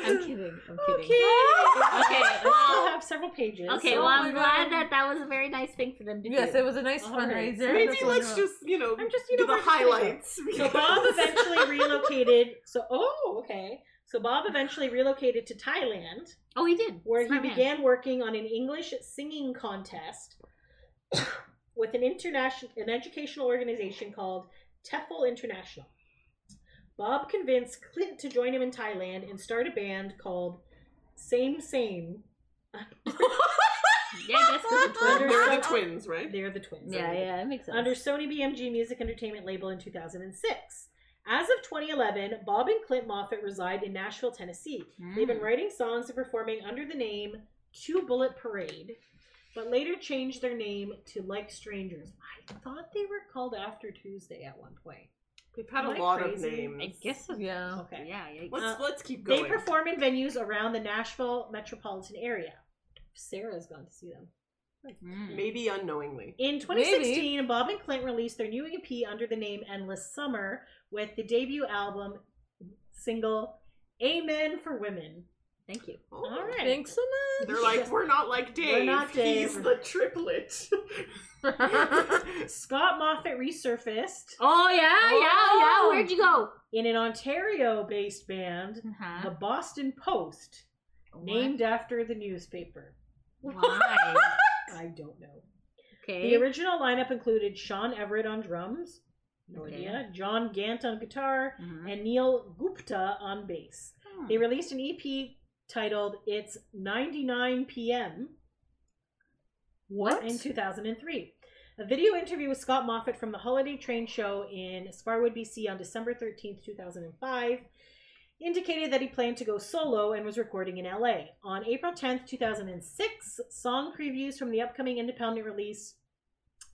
Speaker 4: I'm kidding. I'm kidding. Okay,
Speaker 3: Okay.
Speaker 2: I still
Speaker 4: well,
Speaker 2: have several pages.
Speaker 4: okay.
Speaker 2: so-
Speaker 4: Well, I'm
Speaker 3: my
Speaker 4: glad
Speaker 3: God.
Speaker 4: that that was a very nice thing for them to
Speaker 3: Yes,
Speaker 4: do.
Speaker 3: it was a nice
Speaker 2: All right.
Speaker 3: fundraiser.
Speaker 1: Maybe
Speaker 3: That's
Speaker 1: let's
Speaker 3: wonderful.
Speaker 1: just you know
Speaker 2: I'm just you
Speaker 1: do
Speaker 2: know
Speaker 1: the
Speaker 2: we're just gonna go.
Speaker 1: highlights.
Speaker 2: So Bob eventually relocated. So oh, okay. So Bob eventually relocated to Thailand,
Speaker 4: oh, he did.
Speaker 2: where
Speaker 4: It's my
Speaker 2: he
Speaker 4: man.
Speaker 2: began working on an English singing contest with an international, an educational organization called TEFL International. Bob convinced Clint to join him in Thailand and start a band called Same Same.
Speaker 4: Yeah, I guess 'cause the
Speaker 1: They're
Speaker 4: twins-
Speaker 1: the twins, right?
Speaker 2: They're the twins.
Speaker 4: Yeah,
Speaker 2: okay.
Speaker 4: yeah, it makes sense.
Speaker 2: under Sony BMG Music Entertainment label in 2006. As of 2011, Bob and Clint Moffat reside in Nashville, Tennessee. They've been
Speaker 4: Mm.
Speaker 2: writing songs and performing under the name Two Bullet Parade, but later changed their name to Like Strangers. I thought they were called After Tuesday at one point.
Speaker 1: They've had
Speaker 2: Am I
Speaker 1: a lot
Speaker 2: crazy?
Speaker 1: of names.
Speaker 4: I guess so.
Speaker 3: Yeah.
Speaker 2: Okay.
Speaker 4: Yeah, yeah.
Speaker 1: Let's
Speaker 2: Uh,
Speaker 1: let's keep
Speaker 2: They
Speaker 1: going.
Speaker 2: perform in venues around the Nashville metropolitan area. Sarah's gone to see them.
Speaker 4: Mm.
Speaker 1: Maybe unknowingly.
Speaker 2: In 2016, Bob and Clint released their new EP under the name Endless Summer with the debut album single Amen for Women.
Speaker 4: Thank you.
Speaker 1: Oh.
Speaker 2: All right.
Speaker 3: Thanks so
Speaker 1: They're like, we're not like Dave.
Speaker 2: not
Speaker 1: He's
Speaker 2: Dave."
Speaker 1: the triplet.
Speaker 2: Scott Moffat resurfaced
Speaker 4: Oh yeah,
Speaker 2: Oh.
Speaker 4: yeah, yeah. Where'd you go?
Speaker 2: in an Ontario based band, the
Speaker 4: Uh-huh.
Speaker 2: Boston Post, named after the newspaper.
Speaker 4: Why?
Speaker 2: I don't know. The
Speaker 4: Okay.
Speaker 2: original lineup included Sean Everett on drums, no
Speaker 4: Okay.
Speaker 2: idea, John Gant on guitar,
Speaker 4: Mhm.
Speaker 2: and Neil Gupta on bass.
Speaker 4: Hmm.
Speaker 2: They released an EP titled It's 99 PM
Speaker 4: What?
Speaker 2: in 2003. A video interview with Scott Moffat from the Holiday Train Show in Sparwood, BC on December 13th, 2005 indicated that he planned to go solo and was recording in LA. On April 10th, 2006, song previews from the upcoming independent release,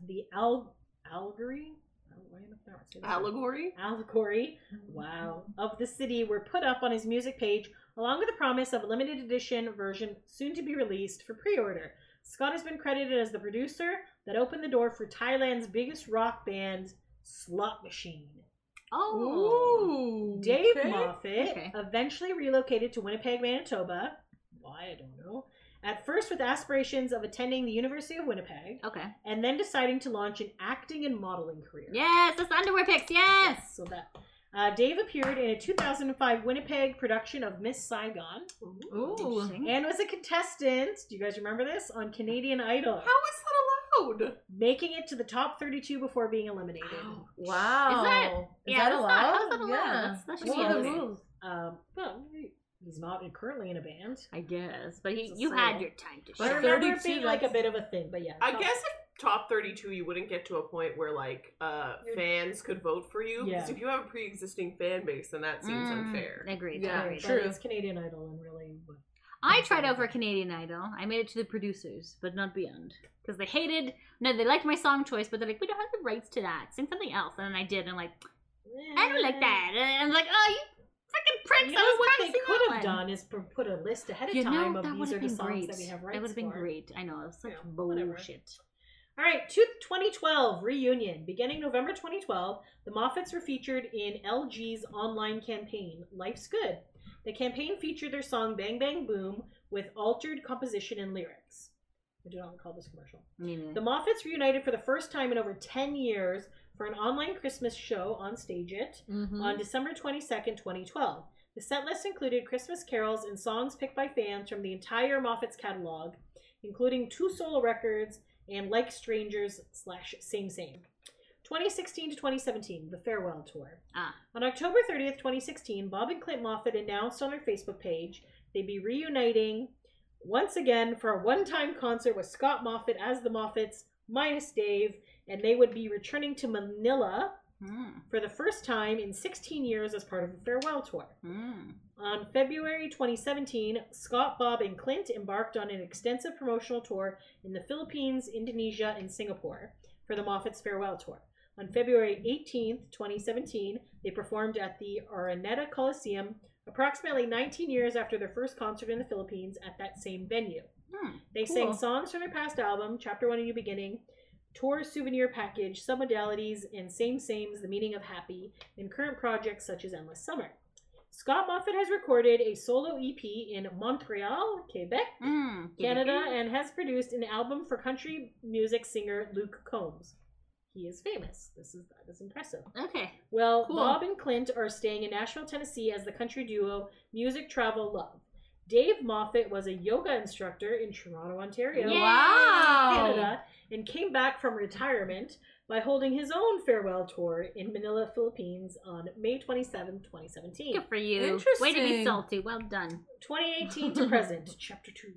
Speaker 2: The Al- Allegory? Oh, why am I not saying that?
Speaker 1: Allegory?
Speaker 2: allegory wow of the city were put up on his music page along with the promise of a limited edition version soon to be released for pre-order scott has been credited as the producer that opened the door for thailand's biggest rock band slot machine
Speaker 4: Oh.
Speaker 3: Ooh.
Speaker 2: dave
Speaker 3: okay.
Speaker 2: moffat
Speaker 4: Okay.
Speaker 2: eventually relocated to winnipeg manitoba why i don't know at first with aspirations of attending the university of winnipeg
Speaker 4: Okay.
Speaker 2: and then deciding to launch an acting and modeling career
Speaker 4: Yes, that's the underwear pics. Yes.
Speaker 2: so that Uh, Dave appeared in a 2005 Winnipeg production of Miss Saigon
Speaker 4: Ooh.
Speaker 1: Mm.
Speaker 2: and was a contestant. Do you guys remember this on Canadian Idol,
Speaker 1: How is that allowed?
Speaker 2: making it to the top 32 before being eliminated?
Speaker 3: Wow.
Speaker 4: that-
Speaker 3: Is
Speaker 4: yeah,
Speaker 3: that
Speaker 4: that's
Speaker 3: allowed?
Speaker 4: not- how's that allowed?
Speaker 3: Yeah.
Speaker 4: That's- that should
Speaker 3: What
Speaker 4: be
Speaker 3: are the
Speaker 4: okay.
Speaker 3: rules?
Speaker 2: Um, well, he's not currently in a band.
Speaker 4: I guess, but he,
Speaker 2: It's a
Speaker 4: you had
Speaker 2: solo.
Speaker 4: your time to
Speaker 2: But I
Speaker 3: But
Speaker 4: shine.
Speaker 2: remember it
Speaker 3: 32,
Speaker 2: being like a
Speaker 3: that's-
Speaker 2: bit of a thing, but yeah.
Speaker 1: I
Speaker 2: top-
Speaker 1: guess if top 32, you wouldn't get to a point where like uh
Speaker 2: You're-
Speaker 1: fans could vote for you because
Speaker 2: Yeah.
Speaker 1: if you have a pre-existing fan base, then that seems
Speaker 4: Mm,
Speaker 1: unfair.
Speaker 4: Agreed.
Speaker 3: Yeah,
Speaker 4: agreed.
Speaker 2: but
Speaker 3: true.
Speaker 2: It's Canadian Idol and really. what-
Speaker 4: I tried out for Canadian Idol. I made it to the producers, but not beyond. Because they hated, no, they liked my song choice, but they're like, we don't have the rights to that. Sing something else. And I did. And I'm like, I don't like that. And I'm like, oh, you freaking pricks.
Speaker 2: eh. You
Speaker 4: I
Speaker 2: know
Speaker 4: was
Speaker 2: what
Speaker 4: trying
Speaker 2: they
Speaker 4: to sing
Speaker 2: could
Speaker 4: that
Speaker 2: have
Speaker 4: one.
Speaker 2: done is pr- put a list ahead of
Speaker 4: You
Speaker 2: time
Speaker 4: know,
Speaker 2: of
Speaker 4: that would
Speaker 2: these are
Speaker 4: have
Speaker 2: the
Speaker 4: been
Speaker 2: songs
Speaker 4: great.
Speaker 2: that we have rights
Speaker 4: That would have been
Speaker 2: for.
Speaker 4: great. I know. It was such
Speaker 2: Yeah, whatever.
Speaker 4: bullshit.
Speaker 2: All right, to 2012 reunion. Beginning November 2012, the Moffats were featured in LG's online campaign, Life's Good. The campaign featured their song Bang Bang Boom with altered composition and lyrics. I do not recall this commercial.
Speaker 4: Neither.
Speaker 2: The Moffats reunited for the first time in over 10 years for an online Christmas show on Stage It
Speaker 3: Mm-hmm.
Speaker 2: on December 22nd, 2012. The set list included Christmas carols and songs picked by fans from the entire Moffats catalog, including two solo records and Like Strangers slash Same Same. 2016 to 2017, the farewell tour.
Speaker 4: Ah.
Speaker 2: On October 30th, 2016, Bob and Clint Moffat announced on their Facebook page they'd be reuniting once again for a one-time concert with Scott Moffat as the Moffats minus Dave, and they would be returning to Manila
Speaker 4: Mm,
Speaker 2: for the first time in 16 years as part of the farewell tour.
Speaker 4: mm.
Speaker 2: On February 2017, Scott, Bob, and Clint embarked on an extensive promotional tour in the Philippines, Indonesia, and Singapore for the Moffat's farewell tour. On February 18th, 2017, they performed at the Araneta Coliseum, approximately 19 years after their first concert in the Philippines at that same venue.
Speaker 4: Hmm,
Speaker 2: They sang
Speaker 4: cool.
Speaker 2: songs from their past album, Chapter One, A New Beginning, tour souvenir package, submodalities, and same sames, the meaning of happy, and current projects such as Endless Summer. Scott Moffat has recorded a solo EP in Montreal, Quebec,
Speaker 4: Mm.
Speaker 2: Canada, and has produced an album for country music singer Luke Combs. He is famous. This is that is impressive.
Speaker 4: Okay.
Speaker 2: Well,
Speaker 3: Cool.
Speaker 2: Bob and Clint are staying in Nashville, Tennessee as the country duo Music Travel Love. Dave Moffat was a yoga instructor in Toronto, Ontario,
Speaker 4: Yay!
Speaker 3: Wow.
Speaker 2: Canada, and came back from retirement by holding his own farewell tour in Manila, Philippines on May 27, 2017.
Speaker 4: Good for you. Way to be
Speaker 3: Interesting.
Speaker 4: salty. Well done.
Speaker 2: 2018 to present, chapter 2.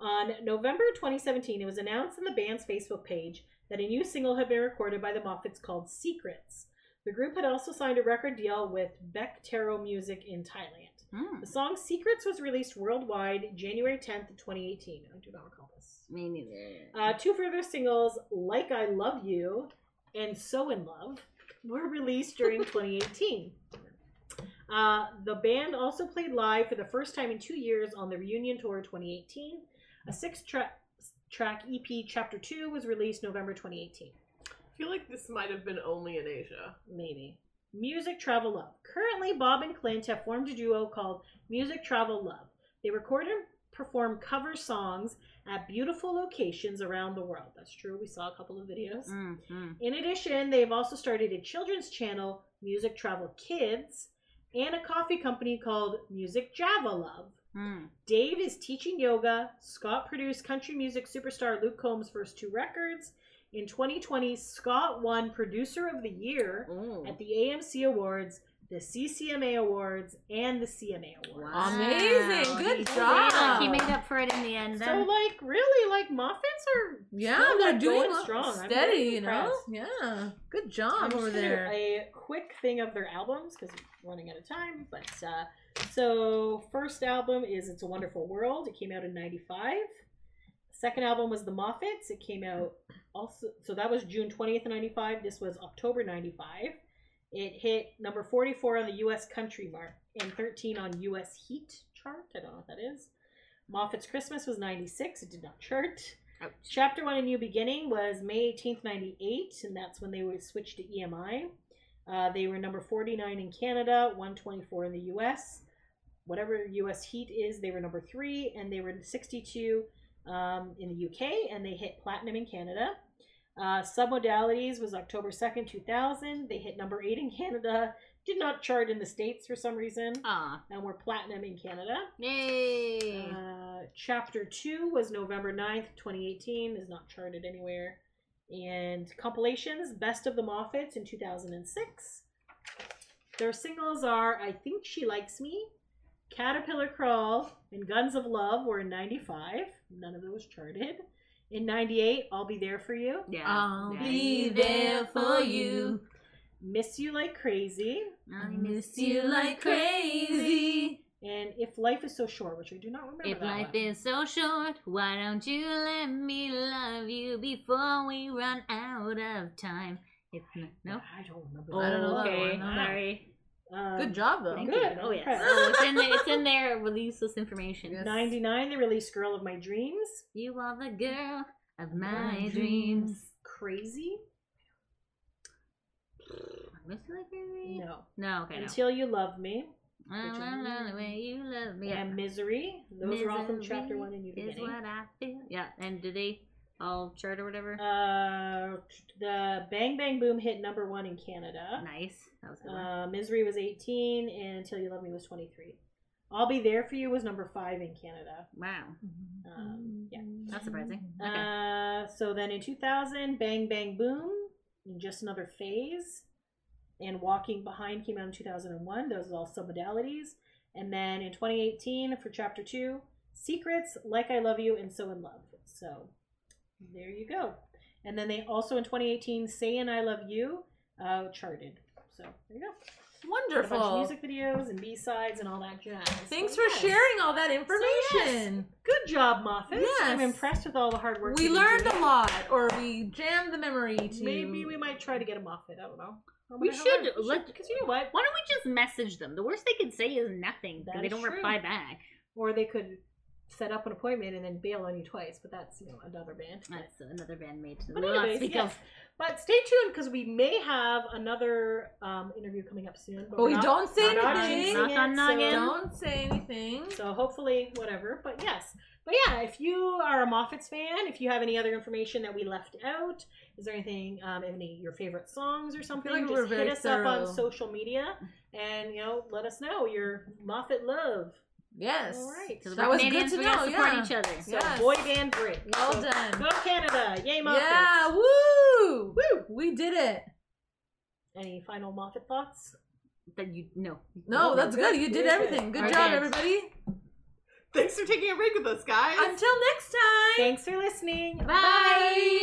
Speaker 2: On November 2017, it was announced on the band's Facebook page that a new single had been recorded by the Moffats called Secrets. The group had also signed a record deal with Beck Taro Music in Thailand.
Speaker 4: Mm.
Speaker 2: The song Secrets was released worldwide January 10th, 2018. I do not recall this.
Speaker 4: Me neither.
Speaker 2: Uh, two further singles, Like I Love You and So in Love, were released during 2018. Uh, the band also played live for the first time in two years on the reunion tour 2018. A six track track EP Chapter 2 was released November 2018.
Speaker 1: I feel like this might have been only in Asia.
Speaker 2: Maybe. Music Travel Love. Currently, Bob and Clint have formed a duo called Music Travel Love. They record and perform cover songs at beautiful locations around the world. That's true. We saw a couple of videos.
Speaker 4: Mm, mm.
Speaker 2: In addition, they have also started a children's channel, Music Travel Kids, and a coffee company called Music Java Love.
Speaker 4: Mm.
Speaker 2: Dave is teaching yoga. Scott produced country music superstar Luke Combs' first two records. In 2020, Scott won Producer of the Year
Speaker 4: Ooh.
Speaker 2: at the AMC Awards, the CCMA Awards, and the CMA Awards.
Speaker 4: Wow.
Speaker 3: Amazing. Good
Speaker 4: He-
Speaker 3: job.
Speaker 4: yeah, He made up for it in the end.
Speaker 2: So,
Speaker 4: Then.
Speaker 2: like, really, like, Moffats are
Speaker 3: Yeah,
Speaker 2: Still,
Speaker 3: they're
Speaker 2: like,
Speaker 3: doing
Speaker 2: going
Speaker 3: well-
Speaker 2: strong. I'm
Speaker 3: steady,
Speaker 2: really
Speaker 3: you know.
Speaker 2: impressed.
Speaker 3: Yeah, good
Speaker 2: I'm
Speaker 3: job
Speaker 2: just
Speaker 3: over
Speaker 2: gonna do
Speaker 3: there.
Speaker 2: A quick thing of their albums because we're running out of time. But uh, so first album is "It's a Wonderful World." It came out in '95. Second album was "The Moffats." It came out also. So that was June 20th, '95. This was October '95. It hit number 44 on the U.S. country mark and 13 on U.S. heat chart. I don't know what that is. Moffat's Christmas was 96. It did not chart.
Speaker 4: Ouch.
Speaker 2: Chapter one, A New Beginning, was May 18th, 98, and that's when they were switched to EMI. Uh, they were number 49 in Canada, 124 in the US. Whatever US heat is, they were number three, and they were 62 um, in the UK, and they hit platinum in Canada. Uh, Submodalities was October 2nd, 2000. They hit number eight in Canada, Did not chart in the States for some reason.
Speaker 4: Ah,
Speaker 2: And we're platinum in Canada.
Speaker 4: yay!
Speaker 2: Uh, chapter 2 was November 9th, 2018, is not charted anywhere. And compilations, Best of the Moffats in 2006. Their singles are I Think She Likes Me, Caterpillar Crawl, and Guns of Love were in 95. None of those charted. In 98, I'll Be There For You,
Speaker 5: Yeah.
Speaker 4: I'll
Speaker 5: Yeah.
Speaker 4: be there for you.
Speaker 2: Miss You Like Crazy,
Speaker 4: I miss you like crazy.
Speaker 2: and If Life Is So Short, which I do not remember.
Speaker 4: If
Speaker 2: that
Speaker 4: life
Speaker 2: one.
Speaker 4: is so short, why don't you let me love you before we run out of time? If n- no, Oh,
Speaker 2: I don't remember.
Speaker 3: Oh, I don't know that
Speaker 4: okay,
Speaker 3: one, no.
Speaker 4: sorry.
Speaker 2: Um,
Speaker 3: Good job though.
Speaker 2: Thank
Speaker 4: Thank
Speaker 2: you.
Speaker 4: you. Oh yes,
Speaker 2: Impressed.
Speaker 4: oh, it's in there. It's in there. Release this information.
Speaker 3: Yes.
Speaker 2: 99, they released Girl of My Dreams.
Speaker 4: You are the girl of
Speaker 3: My
Speaker 4: my
Speaker 3: dreams.
Speaker 4: dreams.
Speaker 2: Crazy?
Speaker 4: Miss you like crazy.
Speaker 2: No.
Speaker 4: No, okay, no.
Speaker 2: Until You Love Me
Speaker 4: I
Speaker 2: Which
Speaker 4: wanna
Speaker 2: is-
Speaker 4: know the way you love me.
Speaker 2: and Misery. Those are all from chapter
Speaker 4: Misery
Speaker 2: one in New
Speaker 4: Is
Speaker 2: Beginning.
Speaker 4: what I feel. Yeah, and do they all chart or whatever?
Speaker 2: Uh, the Bang Bang Boom hit number one in Canada.
Speaker 4: nice. That was a good. one.
Speaker 2: Uh, Misery was 18, and Until You Love Me was 23. I'll Be There For You was number five in Canada.
Speaker 4: Wow,
Speaker 2: Um, yeah.
Speaker 4: that's surprising. Okay.
Speaker 2: Uh, so then in 2000, Bang Bang Boom, and Just Another Phase, and Walking Behind came out in 2001. Those are all submodalities. And then in 2018, for Chapter 2, Secrets, Like I Love You, and So in Love. So there you go. And then they also in 2018, Saying I Love You, uh, charted. So there you go. A bunch of
Speaker 3: Wonderful.
Speaker 2: music videos and B sides and all that jazz.
Speaker 3: Thanks
Speaker 2: So,
Speaker 3: for
Speaker 2: yes.
Speaker 3: sharing all that information.
Speaker 2: information. Good job, Moffat. I'm
Speaker 3: Yes.
Speaker 2: impressed with all the hard work.
Speaker 3: we
Speaker 2: you've been
Speaker 3: learned
Speaker 2: doing.
Speaker 3: a lot, or we jammed the memory to.
Speaker 2: Maybe we might try to get a Moffat. I don't know.
Speaker 4: We should let-
Speaker 2: because you know what,
Speaker 4: Why don't we just message them? The worst they could say is nothing. 'cause
Speaker 2: That
Speaker 4: They
Speaker 2: is
Speaker 4: don't
Speaker 2: true.
Speaker 4: reply back.
Speaker 2: or they could set up an appointment and then bail on you twice. But that's you know another band.
Speaker 4: That's another bandmate.
Speaker 2: But
Speaker 4: We'll not
Speaker 2: anyways,
Speaker 4: speak
Speaker 2: yeah.
Speaker 4: of.
Speaker 2: But stay tuned because we may have another um, interview coming up soon.
Speaker 3: But we don't say
Speaker 2: not
Speaker 3: anything.
Speaker 2: jinxing
Speaker 4: Knock on
Speaker 2: it,
Speaker 4: noggin.
Speaker 2: so-
Speaker 3: Don't say anything.
Speaker 2: So hopefully, whatever. But yes. But yeah, if you are a Moffat's fan, if you have any other information that we left out, is there anything, um, any your favorite songs or something,
Speaker 3: like we
Speaker 2: just
Speaker 3: were
Speaker 2: hit
Speaker 3: very
Speaker 2: us up
Speaker 3: thorough.
Speaker 2: on social media and you know let us know your Moffat love.
Speaker 3: Yes.
Speaker 2: All right.
Speaker 4: Because
Speaker 3: That
Speaker 4: we're
Speaker 3: was good
Speaker 4: Canadians,
Speaker 3: to
Speaker 4: we gotta
Speaker 3: know,
Speaker 4: support
Speaker 3: yeah.
Speaker 4: each other.
Speaker 2: So
Speaker 3: Yes.
Speaker 2: boy band break.
Speaker 3: Well
Speaker 2: So
Speaker 3: done.
Speaker 2: Go Canada! Yay Moffat!
Speaker 3: Yeah. Woo. Woo. We did it.
Speaker 2: Any final Moffat thoughts?
Speaker 4: That you no.
Speaker 3: No,
Speaker 2: Oh,
Speaker 3: that's
Speaker 2: good.
Speaker 3: good. You
Speaker 2: Very
Speaker 3: did
Speaker 2: good.
Speaker 3: everything. Good
Speaker 4: Our
Speaker 3: job,
Speaker 4: dance.
Speaker 3: everybody.
Speaker 1: Thanks for taking a break with us, guys.
Speaker 3: Until next time.
Speaker 2: Thanks for listening.
Speaker 4: Bye.